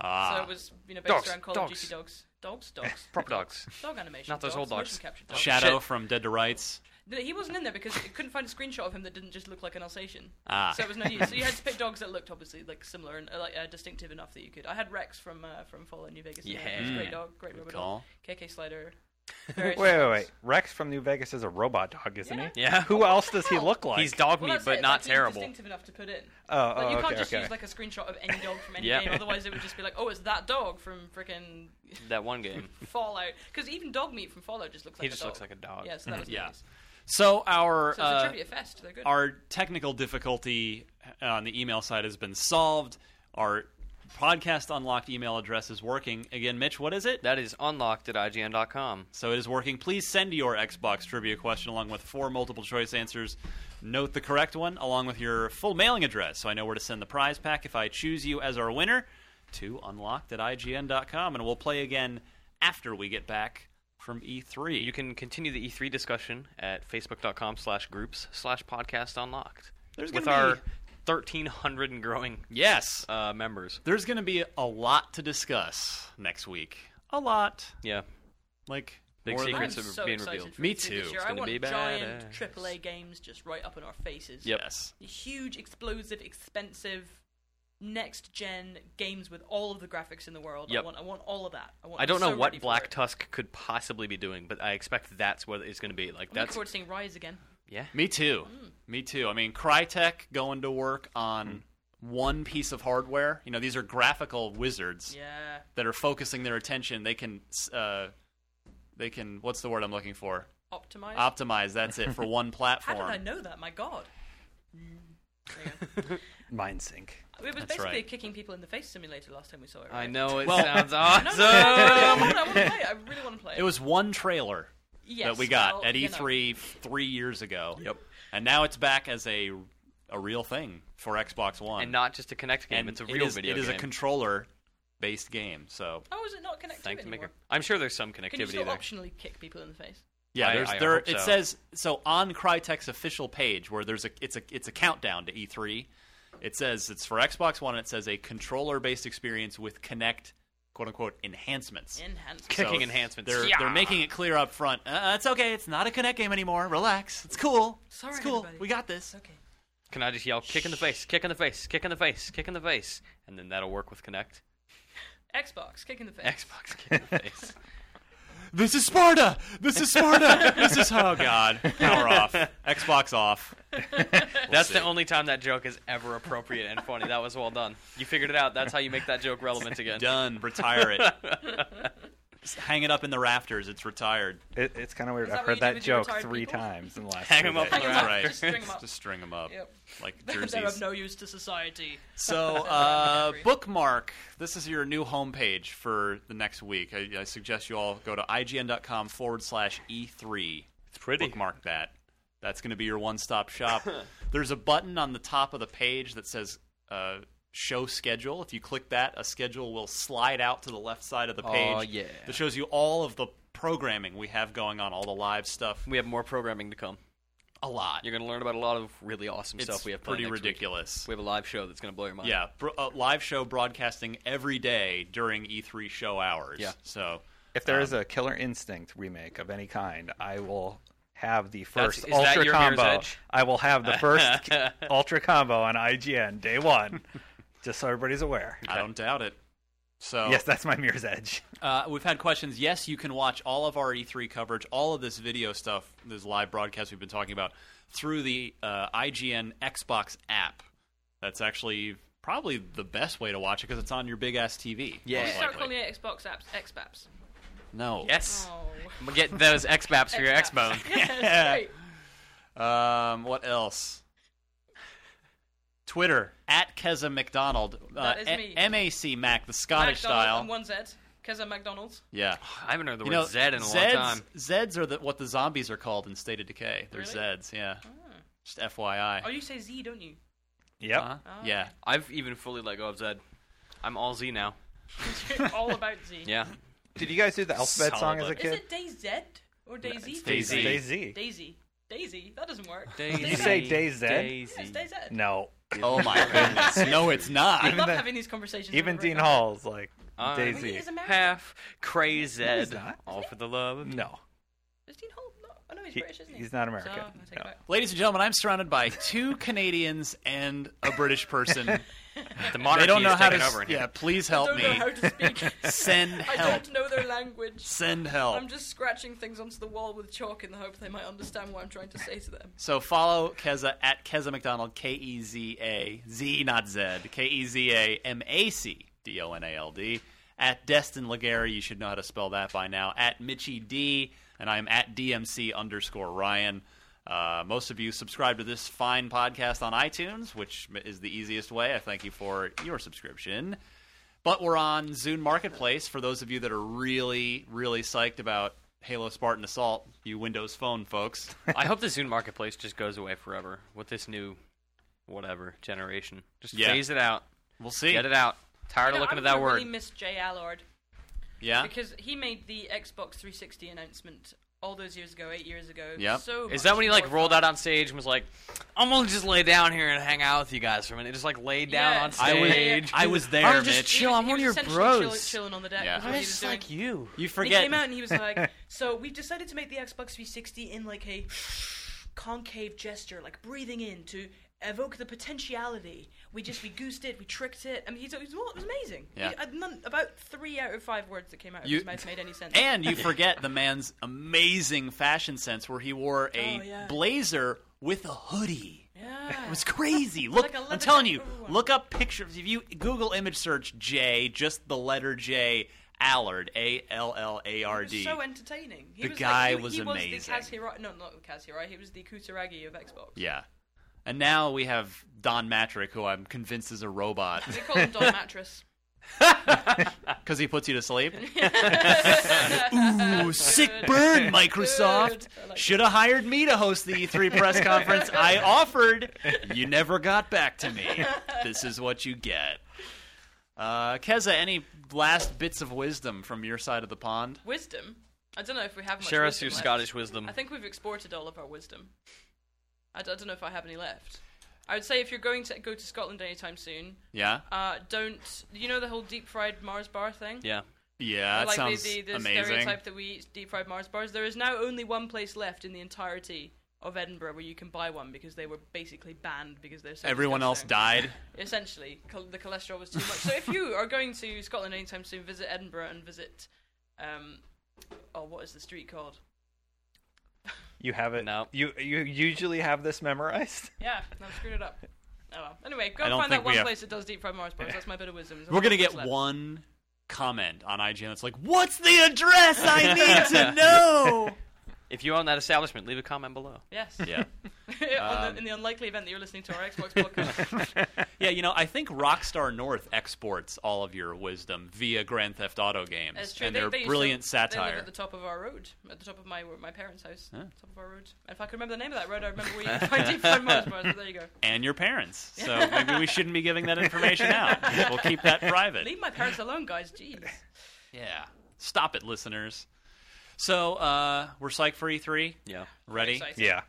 S2: Ah.
S5: So it was you know based
S3: Dogs,
S5: around Call
S3: dogs.
S5: of Duty dogs,
S3: [LAUGHS]
S5: dogs, dogs,
S3: Prop dogs.
S5: dog animation,
S3: Not those
S5: dogs,
S3: old dogs.
S5: motion capture dogs.
S2: Shadow
S3: Shit.
S2: from Dead to Rights.
S5: No, He wasn't in there because it couldn't find a screenshot of him that didn't just look like an Alsatian.
S2: Ah.
S5: So it was no use. So you had
S3: [LAUGHS]
S5: to pick dogs that looked obviously like similar and uh, like uh, distinctive enough that you could. I had Rex from uh, from Fallout New Vegas. in there.
S3: Yeah.
S5: He's a
S2: Mm.
S5: great dog, great robot
S2: call.
S5: dog.
S3: [LAUGHS]
S5: KK Slider.
S4: Wait, wait, wait. Rex from New Vegas is a robot dog, isn't he?
S3: Yeah.
S4: Who else does he
S5: hell?
S4: look like?
S3: He's dog
S5: Well,
S3: meat,
S5: that's
S3: but
S5: it,
S3: not
S5: like, he's
S3: terrible.
S5: distinctive enough to put in.
S4: Oh,
S5: Like,
S4: oh,
S5: you can't
S4: okay,
S5: just
S4: okay.
S5: use like a screenshot of any dog from
S3: [LAUGHS]
S5: any
S3: Yeah.
S5: game, otherwise it would just be like, oh, it's that dog from freaking
S3: That one game.
S5: [LAUGHS] Fallout. Because even dog meat from Fallout just looks like
S3: He
S5: a
S3: just
S5: dog.
S3: looks like a dog.
S5: Yeah, so that was
S2: Yeah.
S5: nice.
S2: So our
S5: So it's
S2: uh,
S5: a trivia fest. They're good.
S2: our technical difficulty on the email side has been solved. Our podcast unlocked email address is working. Again, Mitch, what is it?
S3: That is unlocked at IGN.com.
S2: So it is working. Please send your Xbox trivia question along with four multiple choice answers. Note the correct one along with your full mailing address so I know where to send the prize pack if I choose you as our winner to unlocked at IGN.com. And we'll play again after we get back from E E3.
S3: You can continue the E3 discussion at facebook.com slash groups slash podcast unlocked.
S2: There's
S3: with
S2: gonna
S3: our
S2: be-
S3: 1,300 and growing
S2: yes.
S3: uh, members.
S2: There's going to be a lot to discuss next week. A lot.
S3: Yeah.
S2: Like,
S3: Big
S2: more than-
S5: I'm
S3: secrets are
S5: so
S3: being
S5: excited
S3: revealed.
S5: for
S2: Me
S5: E3 this
S2: too.
S5: year.
S2: It's
S5: I
S3: gonna
S5: want
S3: be
S5: giant
S3: badass.
S5: AAA games just right up in our faces.
S3: Yep.
S2: Yes.
S5: Huge, explosive, expensive, next gen games with all of the graphics in the world.
S3: Yep.
S5: I want. I want all of that. I, want,
S3: I don't
S5: I'm
S3: know
S5: so ready
S3: what
S5: for
S3: Black
S5: it.
S3: Tusk could possibly be doing, but I expect that's what it's going to be. Like
S5: I'm looking
S3: that's
S5: forward to seeing Rise again.
S3: yeah.
S2: Me too.
S5: Mm.
S2: Me too. I mean, Crytek going to work on
S3: Mm.
S2: one piece of hardware. You know, these are graphical wizards
S5: Yeah.
S2: that are focusing their attention. They can, uh, they can. What's the word I'm looking for?
S5: Optimize.
S2: Optimize. That's
S3: [LAUGHS]
S2: it for one
S5: How
S2: platform.
S5: did I know that? My God. There you go.
S4: Mind sync.
S5: It was
S2: That's
S5: basically
S2: right.
S5: a kicking people in the face simulator last time we saw it.
S3: I
S5: right?
S3: know it
S2: Well-
S3: [LAUGHS] sounds
S5: No, no, no, no, no, no,
S3: awesome.
S5: no, no, I want to play it. I really want to play
S2: [LAUGHS]
S5: it.
S2: It was one trailer
S5: yes,
S2: that we got
S5: well,
S2: at
S5: you know.
S2: E3 three years ago.
S3: Yep.
S2: And now it's back as a a real thing for Xbox One.
S3: and not just a Kinect game;
S2: And
S3: it's a
S2: it
S3: real
S2: is-
S3: video
S2: It is
S3: game.
S2: a controller based game. So
S5: Oh, is it not connected
S3: Thanks,
S5: anymore?
S3: Maker. I'm sure there's some
S5: Can you
S3: connectivity
S5: still
S3: there.
S5: optionally kick people in the face?
S2: Yeah,
S3: I-
S2: there's
S3: I
S2: there.
S3: hope
S2: It
S3: so.
S2: says so on Crytek's official page where there's a it's a it's a countdown to E3. It says it's for Xbox One. and It says a controller-based experience with Kinect quote unquote enhancements.
S5: Enhanced.
S2: So
S3: Kicking enhancements.
S2: They're
S3: Yeah.
S2: they're making it clear up front. Uh, it's okay. It's not a Kinect game anymore. Relax. It's cool.
S5: Sorry,
S2: it's cool.
S5: everybody.
S2: We got this.
S5: okay.
S3: Can I just yell "kick in the face, kick in the face, kick in the face, kick in the face," and then that'll work with Kinect?
S5: Xbox, kick in the
S3: [LAUGHS]
S5: face.
S3: Xbox
S2: [LAUGHS]
S3: kick in the face.
S2: This is Sparta. This is
S5: [LAUGHS]
S2: Sparta. this is oh god. Power off. Xbox off.
S3: That's the only time that joke is ever appropriate and funny. That was well done. You figured it out. That's how you make that joke relevant again.
S2: Done. Retire it. [LAUGHS] Just hang it up in the rafters. It's retired.
S4: It, it's kind of weird.
S5: Is that
S4: I've heard
S5: what you do
S4: that
S5: with your
S4: joke
S5: retired
S4: three
S5: people?
S4: times in the last.
S3: Hang
S4: three
S3: 'em up
S4: days.
S5: Hang 'em up.
S2: Right.
S5: Just string 'em up.
S2: Just string 'em up.
S5: Yep. [LAUGHS]
S2: Like
S5: They're of
S2: jerseys.
S5: no use to society.
S2: so, uh, bookmark. This is your new homepage for the next week. I, I suggest you all go to ign.com forward slash E3. It's pretty. Bookmark that. That's going to be your one stop shop. There's a button on the top of the page that says uh, show schedule. If you click that, a schedule will slide out to the left side of the page.
S3: Aw, yeah.
S2: That shows you all of the programming we have going on, all the live stuff.
S3: We have more programming to come.
S2: A lot.
S3: You're going to learn about a lot of really awesome
S2: it's
S3: stuff we have planned
S2: pretty
S3: next week.
S2: ridiculous.
S3: We have a live show that's going to blow your mind.
S2: Yeah, bro- uh, live show broadcasting every day during E3 show hours.
S3: Yeah.
S2: So
S4: If there
S3: Um,
S4: is a Killer Instinct remake of any kind, I will have the
S3: That's-
S4: first
S3: is that
S4: Ultra
S3: your Mirror's
S4: combo.
S3: Edge?
S4: I will have the
S3: [LAUGHS]
S4: first ki- Ultra combo on IGN day one, just so everybody's aware.
S2: I don't doubt it.
S3: Oh.
S2: So
S4: Yes, that's my Mirror's Edge.
S2: uh, we've had questions. Yes, you can watch all of our E3 coverage, all of this video stuff, this live broadcast we've been talking about, through the uh, IGN Xbox app. That's actually probably the best way to watch it because it's on your big ass TV.
S3: Yeah.
S2: most
S5: Please start
S2: likely.
S5: calling it Xbox apps, XBAPs.
S2: No.
S3: Yes.
S5: Oh.
S3: We'll Get those X-Baps for your X-Bone.
S5: [LAUGHS] Yes,
S2: [LAUGHS]
S5: great.
S2: Um, what else? Twitter at Keza McDonald.
S5: That is
S2: uh,
S5: me.
S2: MAC Mac, the Scottish style.
S5: McDonald's and one Z. Because of McDonald's.
S2: Yeah.
S3: I haven't heard the
S2: You
S3: word
S2: know,
S3: Zed in a
S2: Zeds,
S3: long time.
S2: Zeds are the, what the zombies are called in State of Decay. They're
S5: Really?
S2: Zeds, yeah. Just FYI.
S5: Oh, you say Z, don't you?
S4: Yep.
S2: Huh?
S5: Oh,
S2: Yeah.
S3: I've even fully let go of Zed. I'm all Z now.
S5: Ah, [LAUGHS] You're all about
S2: [LAUGHS]
S5: Z.
S3: Yeah.
S4: Did you guys do the
S2: Solid
S4: alphabet song as a
S2: button.
S5: Is
S4: kid?
S5: it DayZ or DayZ?
S2: it's
S5: for you?
S2: DayZ.
S4: Daisy.
S5: Daisy. Daisy. That doesn't work.
S4: Did you say DayZ?
S5: Yes, DayZ.
S4: No.
S2: Oh
S5: [LAUGHS]
S2: my goodness. No, it's
S5: I
S2: not.
S5: love
S4: the-
S5: having these conversations.
S4: Even
S5: over
S4: Dean
S5: and over.
S4: Hall's like
S3: I'm-
S5: Well, he
S4: Daisy.
S5: is American.
S3: Half crazy.
S4: No, he's not.
S3: All for the love of
S4: No.
S5: Is Dean Hall? No, oh, no, he's
S4: He-
S5: British, isn't he?
S4: he's not
S5: So,
S4: American.
S5: I take it
S4: No.
S5: back.
S2: Ladies and gentlemen, I'm surrounded by two Canadians and a British person.
S3: the monarchy.
S2: they don't know
S3: is
S2: how to.
S3: taking over in
S2: yeah,
S3: here.
S2: please
S5: I
S2: help
S5: don't
S2: me.
S5: know how to speak.
S2: [LAUGHS] Send
S5: I
S2: help.
S5: don't know their language.
S2: Send help.
S5: I'm just scratching things onto the wall with chalk in the hope they might understand what I'm trying to say to them.
S2: So follow Keza at Keza McDonald, K E Z A Z, not Z, K E Z A M A C D O N A L D. At Destin Legary, you should know how to spell that by now. At Mitchie D, and I'm at DMC underscore Ryan. Uh, most of you subscribe to this fine podcast on iTunes, which is the easiest way. I thank you for your subscription. But we're on Zune Marketplace for those of you that are really, really psyched about Halo Spartan Assault, you Windows phone folks.
S3: I hope the Zune marketplace just goes away forever with this new, whatever generation. Just
S2: Yeah.
S3: phase it out.
S2: We'll see.
S3: Get it out. Tired
S5: You
S3: of
S5: know,
S3: looking
S5: I
S3: at that
S5: really
S3: word.
S5: miss Jay Allard
S2: Yeah.
S5: because he made the Xbox 360 announcement all those years ago, eight years ago.
S2: Yep.
S5: So
S3: Is
S5: much
S3: that when he like
S5: more
S3: rolled
S5: fun.
S3: out on stage and was like, "I'm gonna just lay down here and hang out with you guys for a minute"? Just like laid down
S5: Yeah.
S3: on
S5: I was-
S3: stage.
S2: I was there,
S3: I'm just
S2: Mitch.
S5: He
S3: chill.
S5: was-
S3: I'm
S5: he
S3: one of your
S5: was essentially chill-
S3: bros.
S5: chilling on the deck.
S2: Yeah.
S5: was
S3: I'm
S5: [LAUGHS] what he was
S3: just
S5: doing.
S3: like you.
S2: You
S5: And
S2: forget.
S5: He came out and he was like, "So we've decided to make the Xbox 360 in like a concave gesture, like breathing in to evoke the potentiality. We just we goosed it, we tricked it. I mean, he thought it was, well, it was amazing.
S2: Yeah.
S5: He- uh, none- about three out of five words that came out of
S2: You-
S5: his mouth made any sense.
S2: [LAUGHS] And you forget the man's amazing fashion sense where he wore a
S5: Oh, yeah.
S2: blazer with a hoodie.
S5: yeah.
S2: It was crazy. Look,
S5: like a
S2: I'm
S5: leather
S2: telling you,
S5: jacket.
S2: look up pictures. If you Google image search J, just the letter J, Allard, A L L A R
S5: It was
S2: D.
S5: so entertaining. He
S2: The
S5: was
S2: guy
S5: like, he,
S2: was
S5: he
S2: amazing.
S5: Was the Kaz Hirai, no, not Kaz Hirai. He was the Kutaragi of Xbox.
S2: Yeah. And now we have Don Matrick, who I'm convinced is a robot [LAUGHS]
S5: They call him Don Mattress.
S2: because he puts you to
S5: [LAUGHS]
S2: sleep. Ooh, sick burn, Microsoft.
S5: Good. I like
S2: Should have hired me to host the E3
S5: [LAUGHS]
S2: press conference. I offered. You never got back to me. This is what you get. Uh, Keza, any last bits of wisdom from your side of the pond?
S5: Wisdom. I don't know if we have much
S3: Share us
S5: wisdom
S3: your
S5: left.
S3: Scottish
S2: Hmm.
S3: wisdom.
S5: I think we've exported all of our wisdom. I, d- I don't know if I have any left. I would say if you're going to go to Scotland anytime soon,
S2: Yeah?
S5: uh, don't. You know the whole deep fried Mars bar thing?
S3: Yeah.
S2: Yeah, that
S5: like
S2: sounds
S5: the, the, the
S2: amazing.
S5: stereotype that we eat deep fried Mars bars. There is now only one place left in the entirety of Edinburgh where you can buy one because they were basically banned because they're so
S2: Everyone else
S5: disgusting.
S2: died.
S5: Essentially, col- the cholesterol was too much. so if
S2: [LAUGHS]
S5: you are going to Scotland anytime soon, visit Edinburgh and visit. Um, oh, what is the street called?
S4: You have it.
S3: No.
S4: You you usually have this
S3: [LAUGHS]
S4: memorized.
S5: Yeah, no, screwed it up. Oh well. Anyway, go
S2: I
S5: and
S2: don't
S5: find that
S2: think
S5: one
S2: we have-
S5: place that does deep fried Mars bars. That's my bit of wisdom. There's
S2: We're
S5: only
S2: gonna get
S5: place left.
S2: one comment on IGN that's like, "What's the address? I need
S5: [LAUGHS]
S2: to know."
S3: If you own that establishment, leave a comment below.
S5: Yes.
S2: yeah, Um,
S5: On the- [LAUGHS] in the unlikely event that you're listening to our Xbox
S2: [LAUGHS]
S5: podcast.
S2: yeah. You know, I think Rockstar North exports all of your wisdom via Grand Theft Auto games
S5: That's true.
S2: and
S5: they,
S2: their
S5: they used to-
S2: brilliant
S5: They live
S2: satire.
S5: at the top of our road, at the top of my my parents' house, top of our road. If I could remember the name of that road, I remember where you could find deep fried Mars bars. But there you go.
S2: [LAUGHS] and your
S5: [LAUGHS]
S2: parents. So maybe we shouldn't be giving that information out. We'll keep that private.
S5: Leave my parents alone, guys. Jeez.
S2: Yeah. Stop it, listeners. So uh, we're psyched for E3.
S3: Yeah.
S2: Ready?
S5: Excited.
S4: Yeah.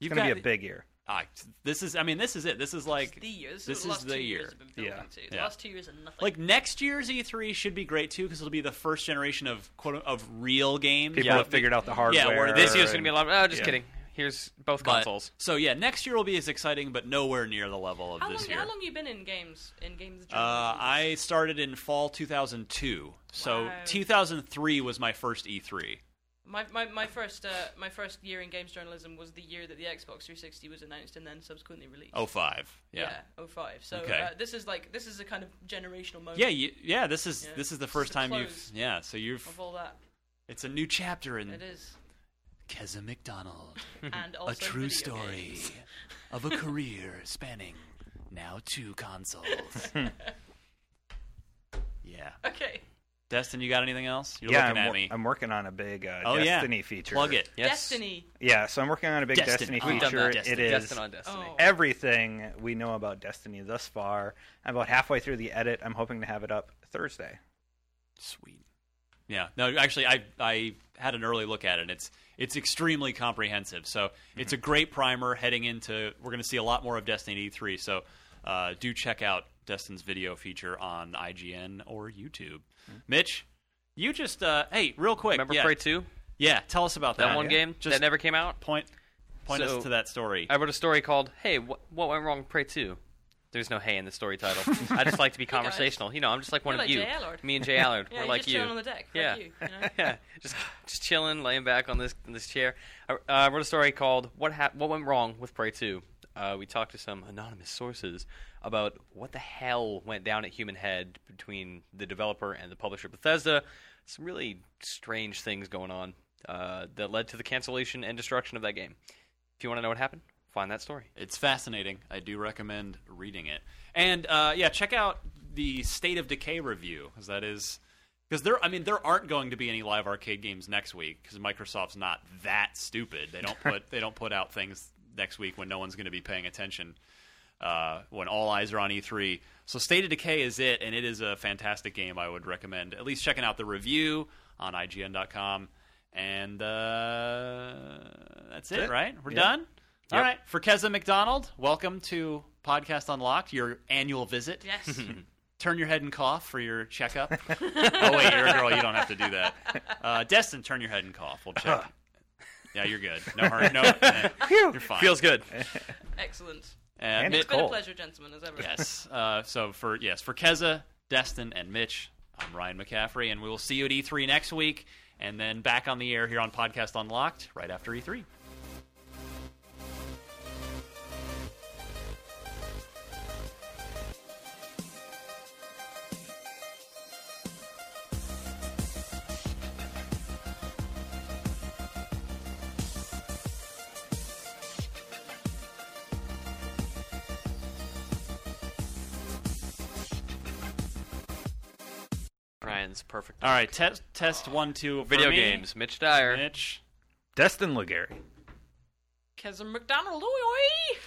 S2: You've
S4: It's gonna be
S2: got-
S4: a big year.
S2: Ah, this is. I mean, this is it. This is like
S5: The year. This,
S2: This
S5: is what
S2: is
S5: the last
S2: the
S5: two
S2: year.
S5: Years have been building
S4: Yeah.
S5: To. The
S2: Yeah.
S5: last two years are nothing.
S2: Like next year's E3 should be great too because it'll be the first generation of quote of real games.
S4: People have figured out the hardware.
S2: where
S3: This year's
S4: and-
S3: gonna be a lot. Of, oh, just
S4: yeah.
S3: kidding. Here's both
S2: But-
S3: consoles.
S2: So yeah, next year will be as exciting, but nowhere near the level of
S5: how long?
S2: this year.
S5: How long you been in games? In games?
S2: Uh,
S5: journalism?
S2: I started in fall 2002, so
S5: Wow.
S2: 2003 was my first E E3.
S5: My, my, my first uh, my first year in games journalism was the year that the Xbox 360 was announced and then subsequently released.
S2: 05. Oh, Yeah.
S5: oh five. So
S2: Okay.
S5: uh, this is like this is a kind of generational moment.
S2: Yeah, you, yeah. This is
S5: Yeah.
S2: this is the
S5: This is
S2: first
S5: the
S2: time you've
S5: close.
S2: yeah. So you've
S5: of all that.
S2: it's a new chapter in
S5: It is,
S2: Keza McDonald,
S5: and
S2: Hmm.
S5: also
S2: a true
S5: video
S2: story
S5: games.
S2: [LAUGHS] of a career spanning now two consoles.
S5: [LAUGHS]
S2: yeah.
S5: Okay.
S2: Destin, you got anything else? You're
S4: yeah,
S2: looking
S4: I'm,
S2: at
S4: wor-
S2: me.
S4: I'm working on a big uh,
S2: oh
S4: Destiny
S2: yeah.
S4: feature.
S2: Plug it.
S3: Yes.
S5: Destiny.
S4: Yeah, so I'm working on a big
S2: Destiny.
S4: Destiny,
S2: We've
S3: Done
S2: done
S4: feature.
S3: that.
S2: that.
S3: Destiny.
S4: It is
S3: Destin on Destiny.
S5: Oh.
S4: everything we know about Destiny thus far. I'm about halfway through the edit. I'm hoping to have it up Thursday.
S2: Sweet. Yeah. No, actually, I I had an early look at it. It's it's extremely comprehensive. So it's a great primer heading into. We're going to see a lot more of Destiny E three. So uh, do check out Destin's video feature on IGN or YouTube. Mitch, you just uh, hey, real quick.
S3: Remember
S2: yeah,
S3: Prey Two?
S2: Yeah. Tell us about that,
S3: That one
S2: Yeah.
S3: game
S2: Just
S3: that never came out.
S2: point point
S3: So-
S2: us to that story.
S3: I wrote a story called "Hey, what, what went wrong? with Prey 2? There's no "Hey" in the story title. I just
S5: [LAUGHS]
S3: like to be conversational. You know, I'm just like one
S5: You're
S3: of
S5: like
S3: you.
S5: Jay Allard.
S3: Me and Jay Allard,
S5: [LAUGHS] Yeah,
S3: we're
S5: you're
S3: like
S5: just
S3: you.
S5: chilling on the deck.
S3: Yeah.
S5: Like you,
S2: [LAUGHS]
S5: you know?
S3: [LAUGHS] yeah, just just chilling, laying back on this on this chair. I, uh, I wrote a story called "What hap- What Went Wrong with Prey 2." Uh, we talked to some anonymous sources about what the hell went down at Human Head between the developer and the publisher Bethesda. Some really strange things going on uh, that led to the cancellation and destruction of that game. If you want to know what happened, find that story.
S2: It's fascinating. I do recommend reading it. And uh, yeah, check out the State of Decay review, because that is because there. I mean, there aren't going to be any live arcade games next week because Microsoft's not that stupid. They [LAUGHS] don't put they don't put out things next week when no one's going to be paying attention. Uh, when all eyes are on E3, so State of Decay is it, and it is a fantastic game. I would recommend at least checking out the review on IGN.com. And uh, that's it,
S4: it.
S2: right? We're
S4: Yep.
S2: done. All right, for Keza McDonald, welcome to Podcast Unlocked, your annual visit. [LAUGHS]
S5: Yes.
S2: Turn your head and cough for your checkup. oh wait, you're a girl. You don't have to do that. Uh, Destin, turn your head and cough. We'll check. yeah, you're good. No hurry.
S3: [LAUGHS]
S2: No, eh, you're fine.
S3: Feels good.
S5: Excellent.
S2: Uh,
S4: And
S2: Mi-
S5: It's been a
S4: Cool.
S5: pleasure, gentlemen, as ever.
S2: yes. Uh, so for yes for Keza, Destin, and Mitch, I'm Ryan McCaffrey, and we will see you at E3 next week, and then back on the air here on Podcast Unlocked right after E E3.
S3: Ryan's perfect.
S2: All right, test test one two Uh, for
S3: Video
S2: me.
S3: games. Mitch Dyer.
S2: Mitch.
S4: Destin Legary.
S5: Kesem McDonald, oi, oi!